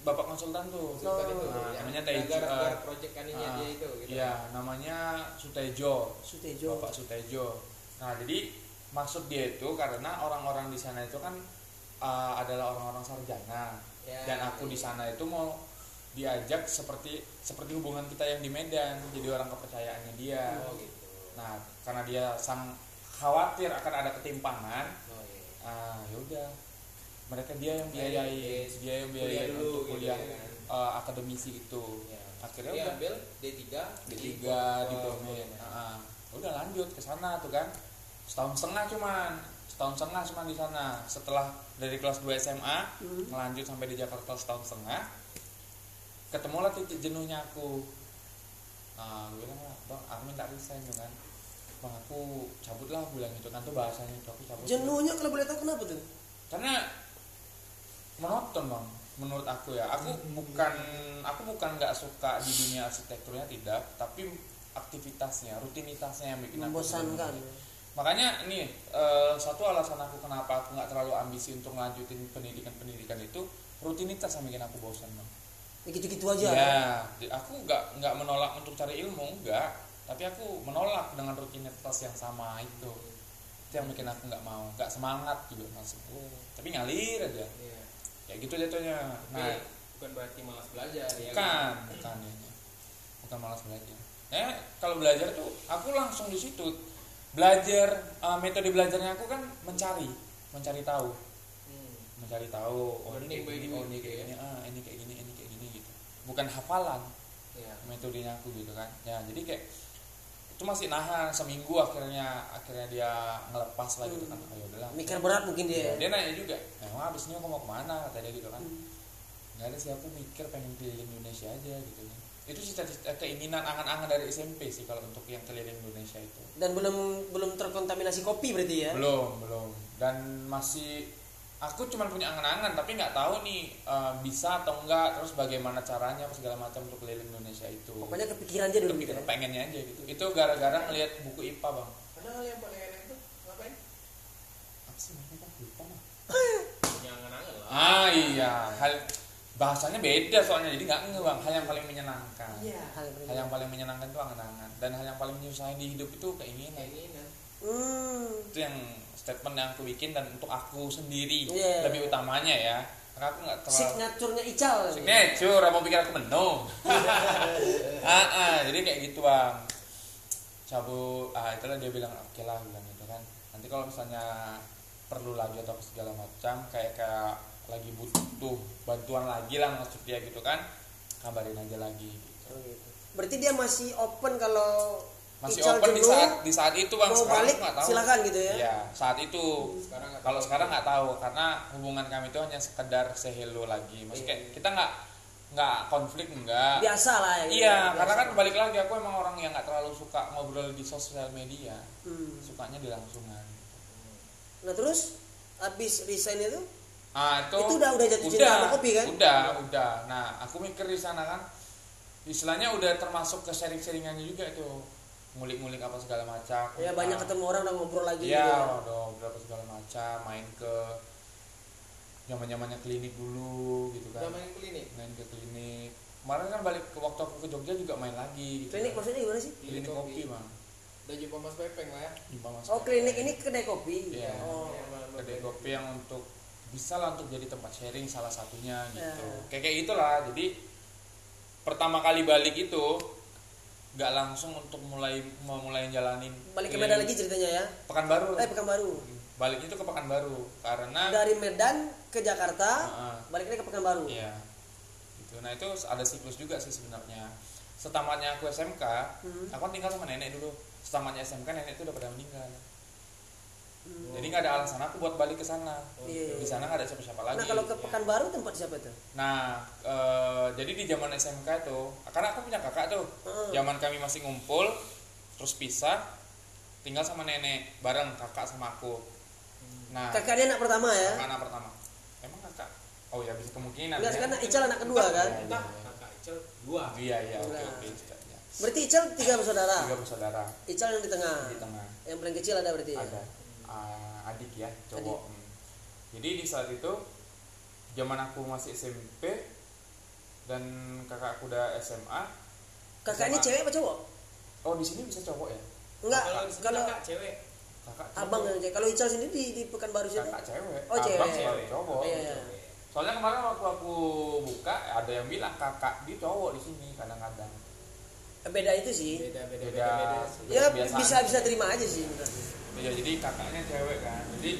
[SPEAKER 2] bapak konsultan tuh
[SPEAKER 1] Oh.
[SPEAKER 3] Sultan itu
[SPEAKER 2] Nah,
[SPEAKER 3] yang
[SPEAKER 2] namanya Tejo.
[SPEAKER 3] ya. gara-gara project aninya
[SPEAKER 2] Ah,
[SPEAKER 3] dia itu gitu.
[SPEAKER 2] iya namanya Sutejo
[SPEAKER 1] Sutejo.
[SPEAKER 2] Bapak Sutejo. Nah, jadi maksud dia itu karena orang-orang di sana itu kan uh, adalah orang-orang sarjana.
[SPEAKER 3] Ya,
[SPEAKER 2] Dan aku di sana itu mau diajak seperti seperti hubungan kita yang di Medan, jadi orang kepercayaannya dia.
[SPEAKER 3] Oh gitu.
[SPEAKER 2] Nah, karena dia sang khawatir akan ada ketimpangan,
[SPEAKER 3] Oh iya.
[SPEAKER 2] ah yaudah mereka dia yang biayain,
[SPEAKER 3] Baik,
[SPEAKER 2] Iya, dia yang
[SPEAKER 3] Kuliah
[SPEAKER 2] biayain
[SPEAKER 3] dulu
[SPEAKER 2] untuk
[SPEAKER 3] gitu
[SPEAKER 2] kuliah
[SPEAKER 3] kan.
[SPEAKER 2] uh, akademisi itu.
[SPEAKER 3] Ya.
[SPEAKER 2] Akhirnya
[SPEAKER 3] Dia
[SPEAKER 2] udah
[SPEAKER 3] ambil D3,
[SPEAKER 2] ketiga di
[SPEAKER 3] Oh,
[SPEAKER 2] domain
[SPEAKER 3] iya.
[SPEAKER 2] Heeh. ah. udah lanjut ke sana tuh kan setahun setengah cuman setahun setengah cuman di sana setelah dari kelas 2 SMA
[SPEAKER 1] Hmm.
[SPEAKER 2] ngelanjut sampai di Jakarta setahun setengah ketemulah titik jenuhnya aku nah gue bilang lah bang Armin tak resign tuh kan bang aku cabut lah bilang gitu kan tuh bahasanya itu aku cabut
[SPEAKER 1] Jenuhnya kalau boleh tahu kenapa tuh?
[SPEAKER 2] karena monoton bang menurut aku ya aku bukan aku bukan nggak suka di dunia arsitekturnya tidak tapi aktivitasnya rutinitasnya yang bikin aku
[SPEAKER 1] Membosankan.
[SPEAKER 2] jenuh. makanya ini eh, satu alasan aku kenapa aku nggak terlalu ambisi untuk lanjutin pendidikan pendidikan itu rutinitas yang bikin aku bosan bang
[SPEAKER 1] Ya gitu-gitu aja.
[SPEAKER 2] ya di- aku nggak nggak menolak untuk cari ilmu nggak tapi aku menolak dengan rutinitas yang sama itu itu yang bikin aku nggak mau nggak semangat juga masuk tapi ngalir aja
[SPEAKER 3] Iya.
[SPEAKER 2] ya gitu jatuhnya
[SPEAKER 3] Tapi
[SPEAKER 2] nah
[SPEAKER 3] bukan berarti malas belajar ya.
[SPEAKER 2] bukan bukan ya. bukan malas belajar eh kalau belajar tuh aku langsung di situ belajar eh, metode belajarnya aku kan mencari mencari tahu
[SPEAKER 3] Hmm.
[SPEAKER 2] mencari tahu oh ini
[SPEAKER 3] Learning
[SPEAKER 2] kayak
[SPEAKER 3] by
[SPEAKER 2] gini
[SPEAKER 3] doing
[SPEAKER 2] oh ini
[SPEAKER 3] gitu
[SPEAKER 2] kayak
[SPEAKER 3] ya.
[SPEAKER 2] gini ah ini kayak gini ini kayak gini gitu bukan hafalan
[SPEAKER 3] Iya.
[SPEAKER 2] metodenya aku gitu kan ya jadi kayak itu masih nahan seminggu akhirnya akhirnya dia ngelepas lah gitu kan ayo udahlah
[SPEAKER 1] Mikir berat mungkin dia.
[SPEAKER 2] Iya, dia nanya juga emang abis ini aku mau kemana kata dia gitu kan
[SPEAKER 1] Hmm.
[SPEAKER 2] nggak ada sih aku mikir pengen keliling Indonesia aja gitu kan itu cita-cita keinginan angan-angan dari SMP sih kalau untuk yang keliling Indonesia itu
[SPEAKER 1] Dan belum belum terkontaminasi kopi berarti ya?
[SPEAKER 2] belum belum dan masih aku cuma punya angan-angan tapi nggak tahu nih eh, bisa atau enggak terus bagaimana caranya apa segala macam untuk keliling Indonesia itu
[SPEAKER 1] Pokoknya kepikiran aja dulu gitu.
[SPEAKER 2] Kepikiran
[SPEAKER 1] ya.
[SPEAKER 2] pengennya aja gitu itu gara-gara ngelihat buku IPA bang
[SPEAKER 3] Padahal yang paling enak tuh ngapain?
[SPEAKER 2] apa sih namanya Bang? lupa Bang.
[SPEAKER 4] Punya angan-angan lah.
[SPEAKER 2] ah iya hal bahasanya beda soalnya jadi nggak nge bang hal yang paling menyenangkan
[SPEAKER 3] Iya.
[SPEAKER 1] Hal yang berbeda.
[SPEAKER 2] hal yang paling menyenangkan itu angan-angan dan hal yang paling menyusahkan di hidup itu keinginan
[SPEAKER 3] Keinginan.
[SPEAKER 1] Hmm.
[SPEAKER 2] itu yang statement yang aku bikin dan untuk aku sendiri
[SPEAKER 1] Iya.
[SPEAKER 2] lebih utamanya ya karena aku nggak terlalu
[SPEAKER 1] Signaturnya Ical.
[SPEAKER 2] signature mau pikir aku menu ah, ah, jadi kayak gitu bang cabut ah itulah dia bilang oke lah bilang gitu kan nanti kalau misalnya perlu lagi atau segala macam kayak kayak lagi butuh bantuan lagi lah maksud dia gitu kan kabarin aja lagi gitu.
[SPEAKER 1] Oh, gitu. Berarti dia masih open kalau
[SPEAKER 2] masih
[SPEAKER 1] Ical
[SPEAKER 2] open di
[SPEAKER 1] jenuh,
[SPEAKER 2] saat di saat itu bang
[SPEAKER 1] mau
[SPEAKER 2] Sekarang
[SPEAKER 1] balik,
[SPEAKER 2] aku nggak tahu.
[SPEAKER 1] silakan gitu ya?
[SPEAKER 2] Iya, saat itu
[SPEAKER 3] Sekarang nggak
[SPEAKER 2] kalau
[SPEAKER 3] tahu.
[SPEAKER 2] sekarang nggak tahu karena hubungan kami itu hanya sekedar say hello lagi maksudnya
[SPEAKER 1] Iya.
[SPEAKER 2] kayak kita nggak nggak konflik enggak
[SPEAKER 1] biasa lah ya. gitu.
[SPEAKER 2] iya
[SPEAKER 1] Biasa.
[SPEAKER 2] karena kan balik lagi aku emang orang yang nggak terlalu suka ngobrol di sosial media
[SPEAKER 1] Hmm.
[SPEAKER 2] sukanya di langsungan
[SPEAKER 1] Nah terus habis resign itu
[SPEAKER 2] ah itu
[SPEAKER 1] Itu udah- udah jatuh cinta sama kopi, kan?
[SPEAKER 2] udah udah nah aku mikir di sana kan istilahnya udah termasuk ke sharing-sharingannya juga itu ngulik-ngulik apa segala macam
[SPEAKER 1] ya banyak
[SPEAKER 2] Ah.
[SPEAKER 1] ketemu orang udah ngobrol lagi
[SPEAKER 2] Iya,
[SPEAKER 1] gitu.
[SPEAKER 2] udah berapa segala macam, main ke zaman zamannya klinik dulu gitu kan.
[SPEAKER 3] Udah main klinik.
[SPEAKER 2] Main ke klinik. Kemarin kan balik ke waktu aku ke Jogja juga main lagi gitu.
[SPEAKER 1] Klinik
[SPEAKER 2] kan.
[SPEAKER 1] maksudnya gimana sih?
[SPEAKER 2] klinik
[SPEAKER 3] Klinik
[SPEAKER 2] kopi,
[SPEAKER 3] kopi.
[SPEAKER 2] Bang.
[SPEAKER 3] Udah jumpa Mas Pepeng lah ya.
[SPEAKER 2] Jumpa Mas.
[SPEAKER 1] Oh
[SPEAKER 2] Pep.
[SPEAKER 1] klinik ini kedai kopi.
[SPEAKER 2] Iya.
[SPEAKER 1] Oh.
[SPEAKER 2] kedai kopi yang untuk bisa lah untuk jadi tempat sharing salah satunya gitu.
[SPEAKER 1] Ya.
[SPEAKER 2] Kayak kayak itulah. Jadi pertama kali balik itu nggak langsung untuk mulai memulai jalanin
[SPEAKER 1] Balik ke
[SPEAKER 2] keliling
[SPEAKER 1] Medan lagi ceritanya ya?
[SPEAKER 2] Pekanbaru
[SPEAKER 1] Eh Pekanbaru.
[SPEAKER 2] balik itu ke Pekanbaru karena
[SPEAKER 1] Dari Medan ke Jakarta,
[SPEAKER 2] Heeh.
[SPEAKER 1] balik lagi ke Pekanbaru.
[SPEAKER 2] Ah. Iya. Gitu. Nah itu ada siklus juga sih sebenarnya. Setamatnya aku SMK,
[SPEAKER 1] Hmm.
[SPEAKER 2] aku kan tinggal sama nenek dulu. Setamatnya SMK nenek itu udah pada meninggal.
[SPEAKER 1] Hmm.
[SPEAKER 2] Jadi nggak ada alasan aku buat balik ke sana.
[SPEAKER 1] Iya.
[SPEAKER 2] Di sana nggak ada siapa-siapa lagi.
[SPEAKER 1] Nah kalau ke Pekanbaru tempat siapa tuh?
[SPEAKER 2] Nah, eh, jadi di zaman SMK tuh, karena aku punya kakak tuh,
[SPEAKER 1] Hmm.
[SPEAKER 2] zaman kami masih ngumpul, terus pisah, tinggal sama nenek bareng kakak sama aku. Nah,
[SPEAKER 1] Kakaknya anak pertama Hmm. ya?
[SPEAKER 2] kakak anak pertama. Emang kakak? Oh ya bisa kemungkinan.
[SPEAKER 1] Enggak,
[SPEAKER 2] ya.
[SPEAKER 1] karena Ical anak kedua kan?
[SPEAKER 2] Iya,
[SPEAKER 4] Entah,
[SPEAKER 2] iya.
[SPEAKER 4] kakak Icel dua.
[SPEAKER 2] Iya iya oke
[SPEAKER 1] Nah. Ah.
[SPEAKER 2] oke. Cita, ya.
[SPEAKER 1] Berarti Ical tiga
[SPEAKER 2] Tiga
[SPEAKER 1] bersaudara.
[SPEAKER 2] bersaudara
[SPEAKER 1] Ical yang di tengah.
[SPEAKER 2] di tengah
[SPEAKER 1] Yang paling kecil ada berarti. ya?
[SPEAKER 2] ada ah, adik ya cowok. Hmm. Jadi di saat itu zaman aku masih SMP dan kakak aku udah SMA
[SPEAKER 1] Kakaknya
[SPEAKER 2] Sama.
[SPEAKER 1] cewek apa cowok?
[SPEAKER 2] oh di sini bisa cowok ya
[SPEAKER 1] Enggak,
[SPEAKER 5] Kalau di sini
[SPEAKER 1] kalau
[SPEAKER 5] kakak cewek.
[SPEAKER 2] kakak cowok.
[SPEAKER 1] abang yang cewek. Kalau Ical sendiri di, di Pekanbaru sini?
[SPEAKER 2] kakak cewek
[SPEAKER 1] Oh,
[SPEAKER 2] abang
[SPEAKER 1] cewek.
[SPEAKER 2] sebagai cowok
[SPEAKER 1] Iya, iya.
[SPEAKER 2] soalnya kemarin waktu aku buka ada yang bilang kakak di cowok di sini kadang-kadang
[SPEAKER 1] Beda itu sih.
[SPEAKER 3] beda beda
[SPEAKER 2] Beda.
[SPEAKER 3] beda beda sih.
[SPEAKER 1] Ya
[SPEAKER 2] Kebiasaan.
[SPEAKER 1] bisa bisa terima aja sih.
[SPEAKER 2] ya jadi kakaknya cewek kan jadi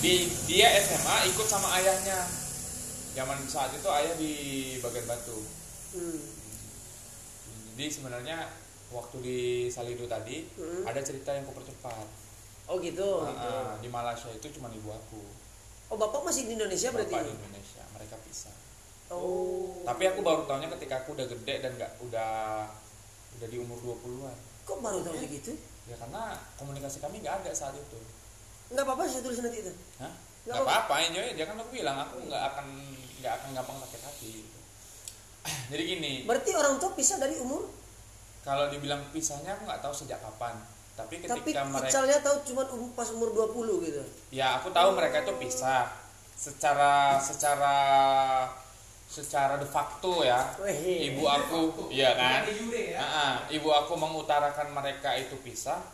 [SPEAKER 2] di- dia SMA ikut sama ayahnya zaman saat itu ayah di bagian batu
[SPEAKER 1] Hmm.
[SPEAKER 2] jadi sebenarnya waktu di Salido tadi
[SPEAKER 1] Hmm.
[SPEAKER 2] ada cerita yang kupercepat
[SPEAKER 1] Oh gitu.
[SPEAKER 2] Ah, di Malaysia itu cuma ibu aku
[SPEAKER 1] Oh bapak masih di Indonesia berarti?
[SPEAKER 2] bapak di Indonesia mereka pisah
[SPEAKER 1] Oh.
[SPEAKER 2] tapi aku baru tahunya ketika aku udah gede dan nggak udah udah di umur 20-an
[SPEAKER 1] Kok baru tahu kayak gitu?
[SPEAKER 2] ya karena komunikasi kami nggak ada saat itu
[SPEAKER 1] Nggak apa-apa saya tulis nanti itu.
[SPEAKER 2] Hah?
[SPEAKER 1] Nggak
[SPEAKER 2] Nggak apa-apa enjoy aja kan aku bilang aku nggak akan nggak akan gampang sakit hati gitu. jadi gini
[SPEAKER 1] Berarti orang tua pisah dari umur?
[SPEAKER 2] kalau dibilang pisahnya aku nggak tahu sejak kapan tapi ketika
[SPEAKER 1] tapi
[SPEAKER 2] mereka
[SPEAKER 1] Icalnya tahu cuma um- pas umur 20 gitu.
[SPEAKER 2] ya aku tahu mereka itu pisah secara secara secara de facto ya
[SPEAKER 1] Weh.
[SPEAKER 2] ibu aku iya kan
[SPEAKER 5] Di Yure ya.
[SPEAKER 2] Ah, ah. ibu aku mengutarakan mereka itu pisah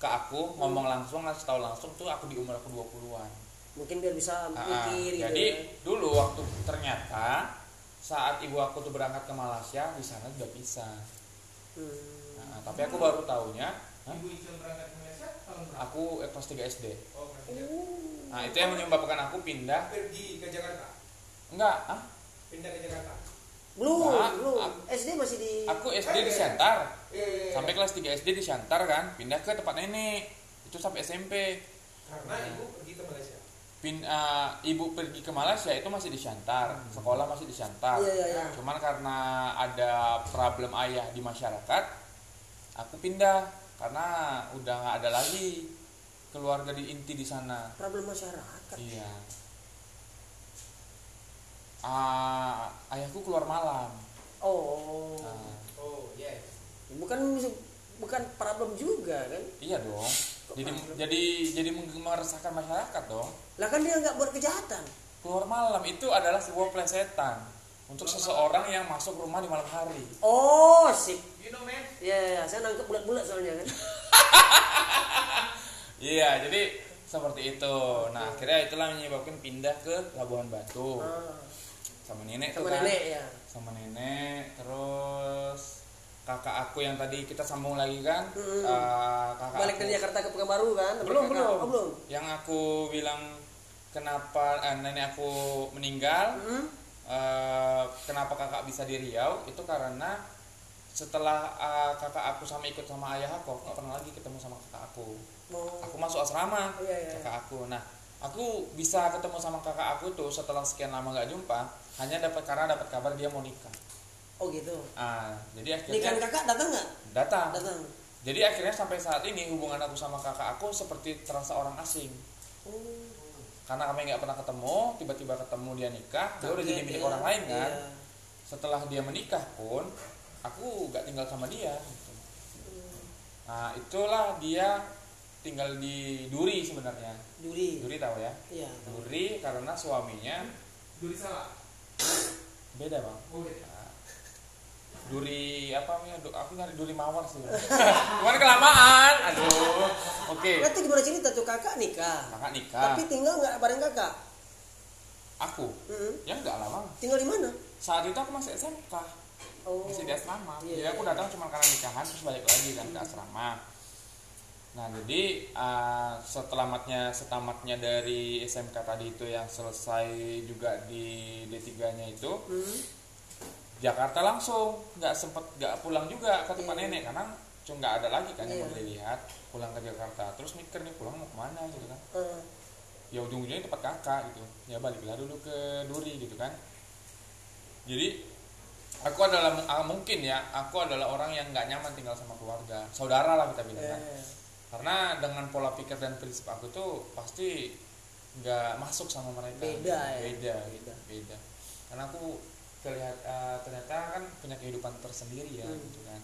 [SPEAKER 2] ke aku ngomong langsung ngasih tahu langsung tuh aku di umur aku 20-an
[SPEAKER 1] Mungkin biar bisa
[SPEAKER 2] Ah, ah.
[SPEAKER 1] mikir gitu.
[SPEAKER 2] jadi
[SPEAKER 1] ya.
[SPEAKER 2] dulu waktu ternyata saat ibu aku tuh berangkat ke Malaysia di sana sudah pisah
[SPEAKER 1] Hmm.
[SPEAKER 2] Nah, tapi aku baru tahunya hah?
[SPEAKER 5] Ibu Ical berangkat ke Malaysia tahun berapa?
[SPEAKER 2] aku eh, kelas 3 SD
[SPEAKER 5] Oh, kelas tiga.
[SPEAKER 2] nah itu yang menyebabkan aku pindah
[SPEAKER 5] Pergi ke Jakarta.
[SPEAKER 2] enggak ah
[SPEAKER 5] Pindah ke Jakarta.
[SPEAKER 1] Belum,
[SPEAKER 2] Nah,
[SPEAKER 1] belum.
[SPEAKER 2] aku-
[SPEAKER 1] SD masih di
[SPEAKER 2] aku SD di Siantar
[SPEAKER 5] Iya, iya, iya.
[SPEAKER 2] sampai kelas 3 SD di Siantar kan pindah ke tempat nenek itu sampai SMP
[SPEAKER 5] karena ibu pergi ke Malaysia.
[SPEAKER 2] Pin, eh, ibu pergi ke Malaysia itu masih di Siantar sekolah masih di Siantar
[SPEAKER 1] Hmm. Iya, iya, iya.
[SPEAKER 2] cuman karena ada problem ayah di masyarakat aku pindah karena udah nggak ada lagi keluarga di inti di sana
[SPEAKER 1] problem masyarakat.
[SPEAKER 2] iya Ah, ayahku keluar malam
[SPEAKER 1] Oh.
[SPEAKER 2] Ah,
[SPEAKER 5] Oh, yes.
[SPEAKER 1] Bukan bukan problem juga kan?
[SPEAKER 2] iya dong jadi jadi jadi meng- meresahkan masyarakat dong
[SPEAKER 1] Lah kan dia nggak buat kejahatan.
[SPEAKER 2] keluar malam itu adalah sebuah plesetan untuk seseorang yang masuk rumah di malam hari
[SPEAKER 1] Oh, sip.
[SPEAKER 5] You know, man.
[SPEAKER 1] Ya, ya, ya. saya nangkep bulat-bulat soalnya kan.
[SPEAKER 2] Iya, jadi seperti itu. Nah, akhirnya itulah menyebabkan pindah ke Labuhan Batu
[SPEAKER 1] Ah,
[SPEAKER 2] sama nenek tuh
[SPEAKER 1] sama
[SPEAKER 2] Oh. kan.
[SPEAKER 1] nenek ya.
[SPEAKER 2] Sama nenek, terus kakak aku yang tadi kita sambung lagi kan.
[SPEAKER 1] Hmm.
[SPEAKER 2] eh, kakak
[SPEAKER 1] Balik
[SPEAKER 2] aku.
[SPEAKER 1] dari Jakarta ke Pekanbaru kan? Sampai
[SPEAKER 2] Belum,
[SPEAKER 1] kakak.
[SPEAKER 2] belum.
[SPEAKER 1] Oh, belum.
[SPEAKER 2] Yang aku bilang kenapa eh, nenek aku meninggal,
[SPEAKER 1] Hmm?
[SPEAKER 2] eh, kenapa kakak bisa di Riau itu karena setelah eh, kakak aku sama ikut sama ayah aku, aku nggak pernah lagi ketemu sama kakak aku
[SPEAKER 1] Mau
[SPEAKER 2] aku masuk asrama
[SPEAKER 1] Iya, iya,
[SPEAKER 2] kakak aku nah aku bisa ketemu sama kakak aku tuh setelah sekian lama nggak jumpa hanya dapat karena dapat kabar dia mau nikah
[SPEAKER 1] Oh gitu.
[SPEAKER 2] ah jadi Ah.
[SPEAKER 1] Nikahan
[SPEAKER 2] akhirnya
[SPEAKER 1] kakak datang nggak?
[SPEAKER 2] datang
[SPEAKER 1] Datang.
[SPEAKER 2] jadi akhirnya sampai saat ini hubungan aku sama kakak aku seperti terasa orang asing
[SPEAKER 1] Oh.
[SPEAKER 2] karena kami nggak pernah ketemu tiba-tiba ketemu dia nikah dia udah
[SPEAKER 1] Kaget
[SPEAKER 2] jadi milik
[SPEAKER 1] ya.
[SPEAKER 2] orang lain kan
[SPEAKER 1] Iya.
[SPEAKER 2] setelah dia menikah pun aku nggak tinggal sama dia gitu.
[SPEAKER 1] Hmm.
[SPEAKER 2] nah itulah dia tinggal di Duri sebenarnya
[SPEAKER 1] Duri.
[SPEAKER 2] Duri tahu ya
[SPEAKER 1] Iya.
[SPEAKER 2] Duri karena suaminya
[SPEAKER 5] Duri salah.
[SPEAKER 2] beda bang.
[SPEAKER 5] Oh, beda.
[SPEAKER 2] Nah, Duri apa namanya? Du- Aku nyari Duri Mawar sih. Bang. Cuman kelamaan. Aduh. Oke.
[SPEAKER 1] Berarti gimana cerita tuh kakak nikah.
[SPEAKER 2] Kakak nikah.
[SPEAKER 1] Tapi tinggal nggak bareng kakak?
[SPEAKER 2] Aku
[SPEAKER 1] Hmm.
[SPEAKER 2] ya enggak lama.
[SPEAKER 1] Tinggal di mana?
[SPEAKER 2] Saat itu aku masih SMK,
[SPEAKER 1] Oh.
[SPEAKER 2] masih di asrama.
[SPEAKER 1] Iya,
[SPEAKER 2] Jadi aku
[SPEAKER 1] iya.
[SPEAKER 2] datang cuma karena nikahan terus balik lagi kan ke asrama. Nah jadi eh, setamatnya setamatnya dari SMK tadi itu yang selesai juga di D3 nya itu
[SPEAKER 1] Hmm.
[SPEAKER 2] Jakarta langsung nggak sempet nggak pulang juga ke tempat
[SPEAKER 1] Iya.
[SPEAKER 2] nenek karena cuma nggak ada lagi kan yang
[SPEAKER 1] Iya.
[SPEAKER 2] mau dilihat pulang ke Jakarta terus mikir nih pulang mau kemana gitu kan
[SPEAKER 1] Eh,
[SPEAKER 2] ya ujung-ujungnya tempat kakak gitu ya baliklah dulu ke Duri gitu kan jadi aku adalah ah, mungkin ya aku adalah orang yang nggak nyaman tinggal sama keluarga saudara lah kita bilang kan
[SPEAKER 1] eh.
[SPEAKER 2] karena dengan pola pikir dan prinsip aku tuh pasti nggak masuk sama mereka
[SPEAKER 1] Beda ya?
[SPEAKER 2] beda
[SPEAKER 1] Beda.
[SPEAKER 2] beda, beda. karena aku terlihat eh, ternyata kan punya kehidupan tersendiri ya
[SPEAKER 1] Hmm.
[SPEAKER 2] gitu kan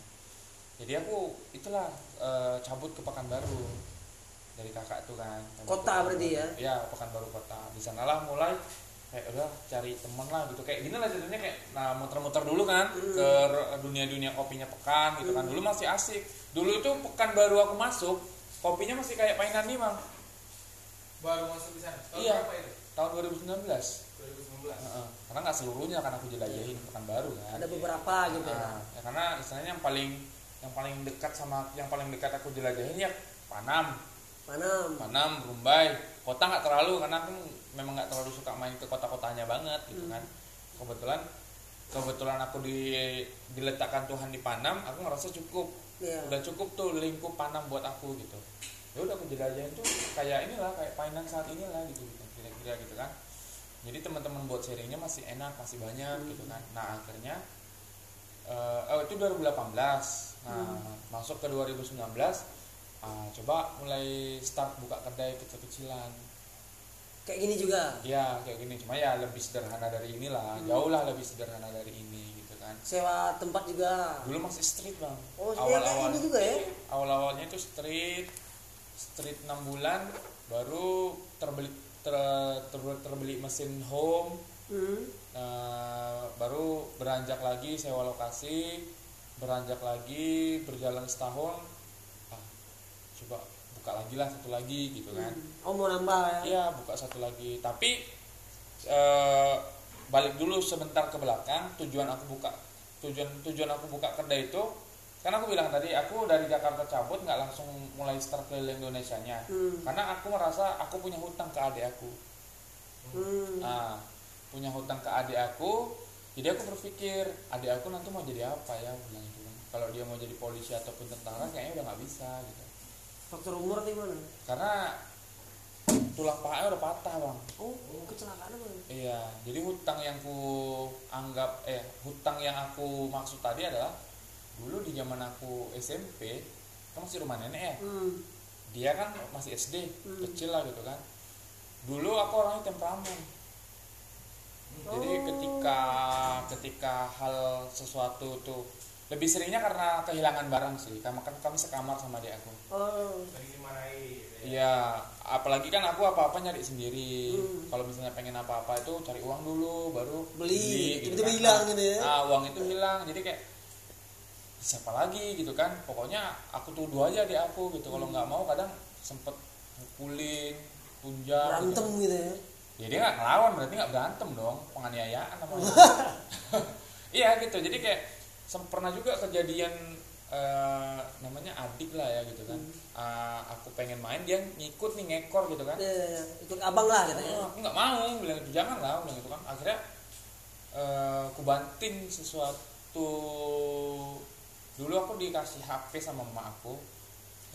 [SPEAKER 2] jadi aku itulah eh, cabut ke Pekanbaru dari kakak tuh kan Cabut
[SPEAKER 1] Kota
[SPEAKER 2] ke Ya,
[SPEAKER 1] berarti
[SPEAKER 2] Pekanbaru. ya Pekanbaru kota di sanalah mulai kayak udah cari teman lah gitu kayak gini lah jadinya kayak nah muter-muter dulu kan
[SPEAKER 1] Hmm.
[SPEAKER 2] ke r- dunia-dunia kopinya pekan gitu kan dulu masih asik dulu itu pekan baru aku masuk kopinya masih kayak mainan nih mang
[SPEAKER 4] Baru masuk di sana. Tahun
[SPEAKER 2] Iya.
[SPEAKER 4] berapa itu?
[SPEAKER 2] tahun 2019
[SPEAKER 4] 2019.
[SPEAKER 2] Heeh. karena nggak seluruhnya kan aku jelajahin pekan baru kan
[SPEAKER 5] Ada beberapa gitu ya.
[SPEAKER 2] Nah, ya karena istilahnya yang paling yang paling dekat sama yang paling dekat aku jelajahin ya Panam
[SPEAKER 5] Mana?
[SPEAKER 2] Panam, Rumbai, kota nggak terlalu karena aku memang nggak terlalu suka main ke kota-kotanya banget gitu kan. Kebetulan kebetulan aku di diletakkan Tuhan di Panam, aku ngerasa cukup.
[SPEAKER 5] Iya.
[SPEAKER 2] Udah cukup tuh lingkup Panam buat aku gitu. Ya udah aku jelajahin tuh kayak inilah kayak painan saat inilah gitu gitu, kira-kira gitu kan. Jadi teman-teman buat sharingnya masih enak, masih banyak gitu kan. Nah akhirnya eh oh, itu 2018. Nah masuk ke 2019 ah, coba mulai start buka kedai kecil-kecilan.
[SPEAKER 5] Kayak gini
[SPEAKER 1] Ah.
[SPEAKER 5] juga.
[SPEAKER 2] Ya kayak gini cuma ya lebih sederhana dari inilah, jauh lah lebih sederhana dari ini gitu kan.
[SPEAKER 5] Sewa tempat juga.
[SPEAKER 2] Dulu masih street bang.
[SPEAKER 5] Oh, iya, kayak gini juga ya.
[SPEAKER 2] Awal-awalnya itu street, street 6 bulan, baru terbeli ter- ter- terbeli mesin home,
[SPEAKER 5] Hmm.
[SPEAKER 2] Eh, baru beranjak lagi sewa lokasi beranjak lagi berjalan setahun ah, coba buka lagi lah satu lagi gitu kan
[SPEAKER 5] Oh mau nambah ya?
[SPEAKER 2] iya buka satu lagi tapi eh, balik dulu sebentar ke belakang tujuan aku buka tujuan tujuan aku buka kedai itu karena aku bilang tadi aku dari Jakarta cabut nggak langsung mulai start keliling Indonesia nya
[SPEAKER 5] Hmm.
[SPEAKER 2] karena aku merasa aku punya hutang ke adik aku
[SPEAKER 5] Hmm.
[SPEAKER 2] Nah, punya hutang ke adik aku, jadi aku berpikir adik aku nanti mau jadi apa ya, aku bilang gitu kan. Kalau dia mau jadi polisi ataupun tentara, kayaknya udah nggak bisa gitu.
[SPEAKER 5] Faktor umur nih mana?
[SPEAKER 2] Karena tulang pahanya udah patah bang.
[SPEAKER 5] Oh kecelakaan apa? ya?
[SPEAKER 2] Iya, jadi hutang yang ku anggap eh hutang yang aku maksud tadi adalah dulu di zaman aku SMP, kan masih rumah nenek ya.
[SPEAKER 5] Hmm.
[SPEAKER 2] Dia kan masih SD,
[SPEAKER 5] Hmm.
[SPEAKER 2] kecil lah gitu kan. Dulu aku orangnya temperamen. Jadi
[SPEAKER 5] Oh.
[SPEAKER 2] ketika ketika hal sesuatu tuh lebih seringnya karena kehilangan barang sih. Karena kan kami sekamar sama dia aku.
[SPEAKER 5] Oh.
[SPEAKER 4] Lagi dimarahi. gitu ya.
[SPEAKER 2] Iya, apalagi kan aku apa-apa nyari sendiri.
[SPEAKER 5] Hmm.
[SPEAKER 2] Kalau misalnya pengen apa-apa itu cari uang dulu, baru
[SPEAKER 5] Beli,
[SPEAKER 2] gitu
[SPEAKER 5] tiba-tiba
[SPEAKER 2] kan.
[SPEAKER 5] hilang gitu ya.
[SPEAKER 2] Ah, uang itu hilang. Jadi kayak siapa lagi gitu kan. Pokoknya aku tuduh aja di aku gitu.
[SPEAKER 5] Hmm.
[SPEAKER 2] Kalau nggak mau kadang sempet pukulin, punjam. gitu.
[SPEAKER 5] Berantem gitu ya?
[SPEAKER 2] Ya dia nggak ngelawan berarti nggak berantem dong penganiayaan namanya. iya gitu jadi kayak sem- pernah juga kejadian eh, namanya adik lah ya gitu kan. Ah, aku pengen main dia ngikut nih ngekor gitu kan.
[SPEAKER 1] Iya.
[SPEAKER 5] Ya, ya, ya. Ikut abang lah
[SPEAKER 2] Oh,
[SPEAKER 5] katanya.
[SPEAKER 2] aku nggak mau bilang itu jangan lah bilang gitu kan. Akhirnya eh, aku banting sesuatu dulu aku dikasih HP sama emak aku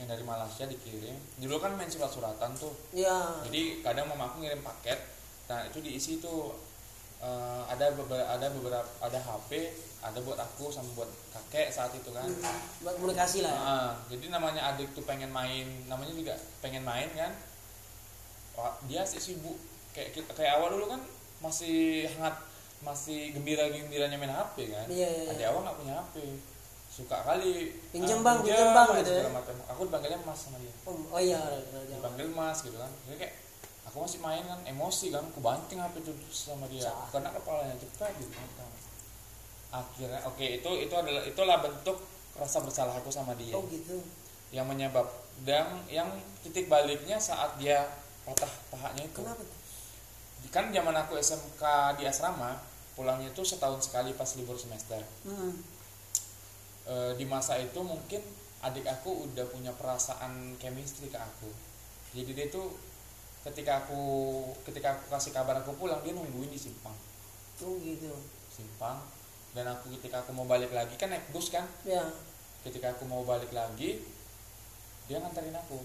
[SPEAKER 2] yang dari Malaysia dikirim. Dulu kan main surat-suratan tuh
[SPEAKER 5] Iya.
[SPEAKER 2] jadi kadang mama aku ngirim paket nah itu diisi tuh eh, ada beberapa ada beberapa ada HP ada buat aku sama buat kakek saat itu kan
[SPEAKER 5] Hmm. Buat komunikasi lah. ya.
[SPEAKER 2] Ah, jadi namanya adik tuh pengen main namanya juga pengen main kan Wah, dia sih sibuk kayak kita- kayak awal dulu kan masih hangat masih gembira gembiranya main HP kan
[SPEAKER 5] Iya, iya, iya.
[SPEAKER 2] adik awal nggak punya HP suka kali ah,
[SPEAKER 5] Pinjam, Bang, pinjam, Bang, gitu ya.
[SPEAKER 2] segala macam. aku dipanggilnya mas sama dia
[SPEAKER 5] Oh, oh iya. kenal Jawa.
[SPEAKER 2] dipanggil mas gitu kan jadi kayak aku masih main kan emosi kan aku banting HP itu sama dia
[SPEAKER 5] Cah.
[SPEAKER 2] karena kepalanya cepat gitu kan. akhirnya oke itu itu adalah itulah bentuk rasa bersalah aku sama dia
[SPEAKER 5] Oh gitu.
[SPEAKER 2] yang menyebab dan yang titik baliknya saat dia patah pahanya itu
[SPEAKER 5] Kenapa tuh?
[SPEAKER 2] kan zaman aku SMK di asrama pulangnya itu setahun sekali pas libur semester
[SPEAKER 5] Hmm.
[SPEAKER 2] Eh, di masa itu mungkin adik aku udah punya perasaan chemistry ke aku jadi dia tuh ketika aku ketika aku kasih kabar aku pulang dia nungguin di simpang
[SPEAKER 5] Oh gitu.
[SPEAKER 2] simpang dan aku ketika aku mau balik lagi kan naik bus kan
[SPEAKER 5] Ya.
[SPEAKER 2] ketika aku mau balik lagi dia nganterin aku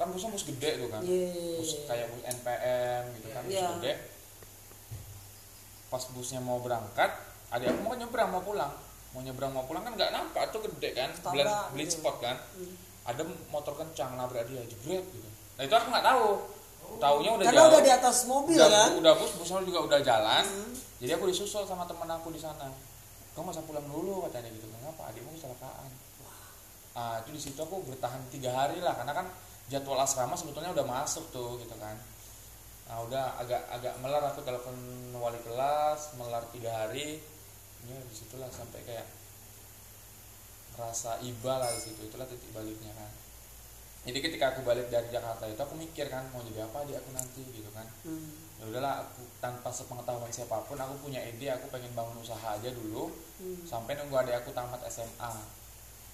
[SPEAKER 2] kan busnya bus gede tuh kan
[SPEAKER 5] Iya, iya, iya,
[SPEAKER 2] bus
[SPEAKER 5] iya.
[SPEAKER 2] kayak bus NPM gitu kan bus
[SPEAKER 5] Iya.
[SPEAKER 2] gede pas busnya mau berangkat adik aku mau nyebrang mau pulang mau nyebrang mau pulang kan nggak nampak tuh gede kan
[SPEAKER 5] Tabrak,
[SPEAKER 2] blind, blind
[SPEAKER 5] gitu.
[SPEAKER 2] spot kan
[SPEAKER 5] Hmm.
[SPEAKER 2] ada motor kencang nabrak dia jebret gitu nah itu aku nggak tahu taunya udah
[SPEAKER 5] Oh. Karena
[SPEAKER 2] jauh
[SPEAKER 5] Kan udah di atas mobil
[SPEAKER 2] udah,
[SPEAKER 5] kan?
[SPEAKER 2] udah bus busnya juga udah jalan jadi aku disusul sama temen aku di sana kamu masa pulang dulu katanya gitu kenapa adikmu kecelakaan ah itu di situ aku bertahan tiga hari lah karena kan jadwal asrama sebetulnya udah masuk tuh gitu kan Nah udah agak agak melar aku telepon wali kelas melar tiga hari. Ya disitulah sampai kayak merasa iba lah di situ itulah titik baliknya kan. Jadi ketika aku balik dari Jakarta itu aku mikir kan mau jadi apa adik aku nanti gitu kan.
[SPEAKER 5] Hmm.
[SPEAKER 2] Ya udahlah aku tanpa sepengetahuan siapapun aku punya ide aku pengen bangun usaha aja dulu
[SPEAKER 5] Hmm.
[SPEAKER 2] sampai nunggu adik aku tamat SMA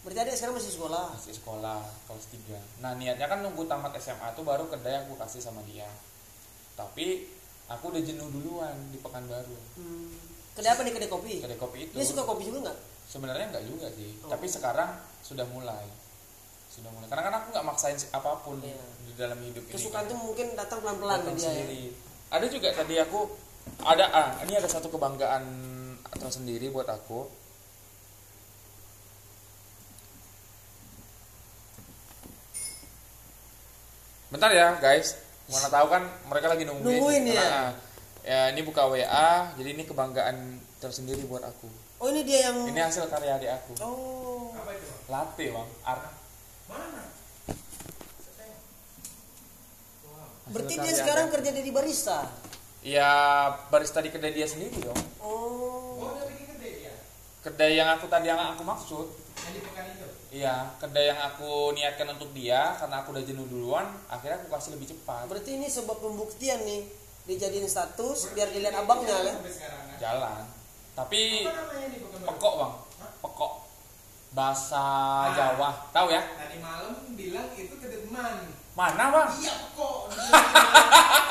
[SPEAKER 1] Berarti adik sekarang masih sekolah.
[SPEAKER 2] masih sekolah kelas 3 nah niatnya kan nunggu tamat SMA tuh baru kedai aku kasih sama dia tapi aku udah jenuh duluan di Pekanbaru
[SPEAKER 1] Hmm. Kedai apa nih kedai kopi?
[SPEAKER 2] kedai kopi itu
[SPEAKER 1] Dia suka kopi juga nggak?
[SPEAKER 2] sebenarnya nggak juga sih
[SPEAKER 1] Iya Oh.
[SPEAKER 2] tapi sekarang sudah mulai sudah mulai karena kan aku nggak maksain si- apapun
[SPEAKER 1] Iya.
[SPEAKER 2] di dalam hidup ini
[SPEAKER 1] Kesukaan
[SPEAKER 2] kan.
[SPEAKER 1] tuh mungkin datang pelan-pelan ke
[SPEAKER 2] Datang
[SPEAKER 1] dia ya.
[SPEAKER 2] sendiri. ada juga tadi aku ada ah ini ada satu kebanggaan tersendiri buat aku bentar ya guys mana tahu kan mereka lagi nungguin
[SPEAKER 1] Nungguin ya?
[SPEAKER 2] Karena, ya ini buka WA jadi ini kebanggaan tersendiri buat aku
[SPEAKER 1] Oh ini dia yang
[SPEAKER 2] ini hasil karya adik aku
[SPEAKER 1] Oh.
[SPEAKER 4] Apa itu? Bang?
[SPEAKER 2] latte bang art
[SPEAKER 4] Mana?
[SPEAKER 1] Berarti dia sekarang kerja jadi barista.
[SPEAKER 2] ya barista di kedai dia sendiri dong
[SPEAKER 1] Oh.
[SPEAKER 4] Oh, dia bikin gede ya?
[SPEAKER 2] kedai yang aku tadi yang aku maksud
[SPEAKER 4] Yang di pekan itu?
[SPEAKER 2] Iya, kedai yang aku niatkan untuk dia karena aku udah jenuh duluan, akhirnya aku kasih lebih cepat.
[SPEAKER 1] Berarti ini sebuah pembuktian nih dijadiin status biar dilihat abangnya kan.
[SPEAKER 4] Sampai sekarang kan?
[SPEAKER 2] Jalan. Tapi
[SPEAKER 4] Apa namanya di pekan baru?
[SPEAKER 2] pekok, Bang. Pekok. Bahasa Jawa. Tahu ya?
[SPEAKER 4] Tadi malam bilang itu kedeman.
[SPEAKER 2] Mana, Bang?
[SPEAKER 4] Iya kok.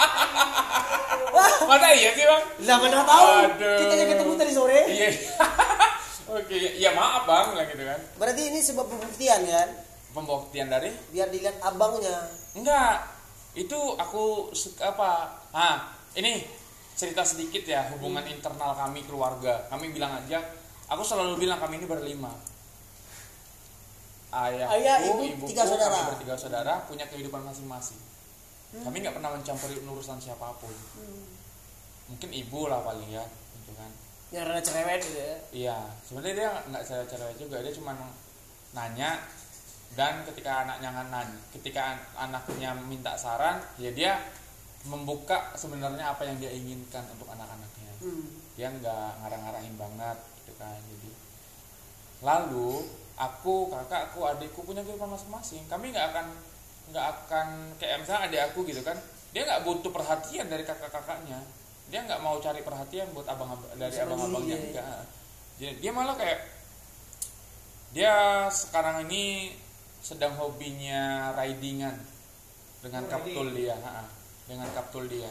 [SPEAKER 2] Mana iya sih, Bang?
[SPEAKER 1] Lah mana tahu?
[SPEAKER 2] Aduh.
[SPEAKER 1] Kita aja ketemu tadi sore.
[SPEAKER 2] Iya. Oke, ya maaf, Bang, bilang gitu kan.
[SPEAKER 1] Berarti ini sebuah pembuktian kan
[SPEAKER 2] Pembuktian dari
[SPEAKER 1] biar dilihat abangnya.
[SPEAKER 2] Enggak, itu aku suka apa? Ah, ini cerita sedikit ya hubungan
[SPEAKER 1] Hmm.
[SPEAKER 2] internal kami keluarga. Kami bilang aja, aku selalu bilang kami ini berlima.
[SPEAKER 1] Ayah,
[SPEAKER 2] Ayahku,
[SPEAKER 1] Oh iya, ibu,
[SPEAKER 2] ibuku,
[SPEAKER 1] tiga saudara. Hmm.
[SPEAKER 2] kami bertiga saudara punya kehidupan masing-masing. Kami nggak pernah mencampuri urusan siapapun. Mungkin ibu lah paling ya, gitu kan.
[SPEAKER 1] Yang rada cerewet gitu ya.
[SPEAKER 2] Iya, sebenarnya dia nggak saya cerewet juga, dia cuma nanya dan ketika anaknya nganan, ketika an- anaknya minta saran, ya dia membuka sebenarnya apa yang dia inginkan untuk anak-anaknya.
[SPEAKER 1] Hmm.
[SPEAKER 2] Dia nggak ngarang-ngarahin banget gitu kan. Jadi lalu aku, kakakku, adikku punya kehidupan masing-masing. Kami nggak akan nggak akan kayak misalnya adik aku gitu kan. Dia nggak butuh perhatian dari kakak-kakaknya. Dia nggak mau cari perhatian buat abang dari
[SPEAKER 1] Sama
[SPEAKER 2] abang-abangnya.
[SPEAKER 1] dirinya ya.
[SPEAKER 2] Nggak. Jadi dia malah kayak dia sekarang ini sedang hobinya ridingan dengan
[SPEAKER 4] Oh,
[SPEAKER 2] kaptul dia, ha-ha. dengan kaptul dia.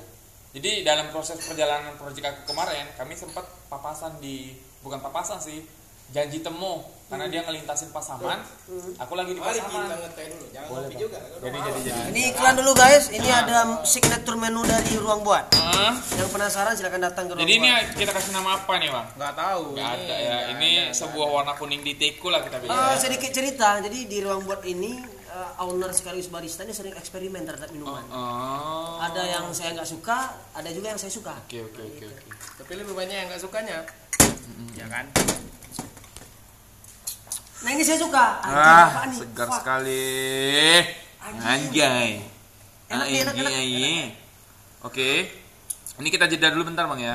[SPEAKER 2] Jadi dalam proses perjalanan proyek aku kemarin, kami sempat papasan di bukan papasan sih, janji temu karena dia ngelintasin pasaman, aku lagi di
[SPEAKER 3] Mari kita
[SPEAKER 2] pasaman.
[SPEAKER 3] ngeteh dulu, jangan
[SPEAKER 2] Boleh,
[SPEAKER 3] kopi
[SPEAKER 2] Bang.
[SPEAKER 3] juga.
[SPEAKER 2] Jadi jadi jadi.
[SPEAKER 1] Ini iklan dulu guys, ini
[SPEAKER 2] Nah.
[SPEAKER 1] ada signature menu dari ruang buat.
[SPEAKER 2] Hah?
[SPEAKER 1] Yang penasaran silahkan datang ke ruang
[SPEAKER 2] Jadi ini
[SPEAKER 1] buat.
[SPEAKER 2] kita kasih nama apa nih bang?
[SPEAKER 3] Enggak tahu.
[SPEAKER 2] Gak ada ya. Ini sebuah warna kuning di teku lah kita
[SPEAKER 1] Eh,
[SPEAKER 2] bilang.
[SPEAKER 1] sedikit cerita, jadi di ruang buat ini eh, owner sekaligus barista ini sering eksperimen terhadap minuman.
[SPEAKER 2] Oh.
[SPEAKER 1] Ah. Ada yang saya nggak suka, ada juga yang saya suka.
[SPEAKER 2] Oke oke oke oke.
[SPEAKER 3] Tapi lebih banyak yang enggak sukanya. Ya kan?
[SPEAKER 1] Nah ini saya
[SPEAKER 2] Ah,
[SPEAKER 1] suka. Anjing, apaan nih? Fuck.
[SPEAKER 2] sekali.
[SPEAKER 1] Anjay. Enak nih, enak, enak.
[SPEAKER 2] Oke. Ini kita jeda dulu bentar Bang ya.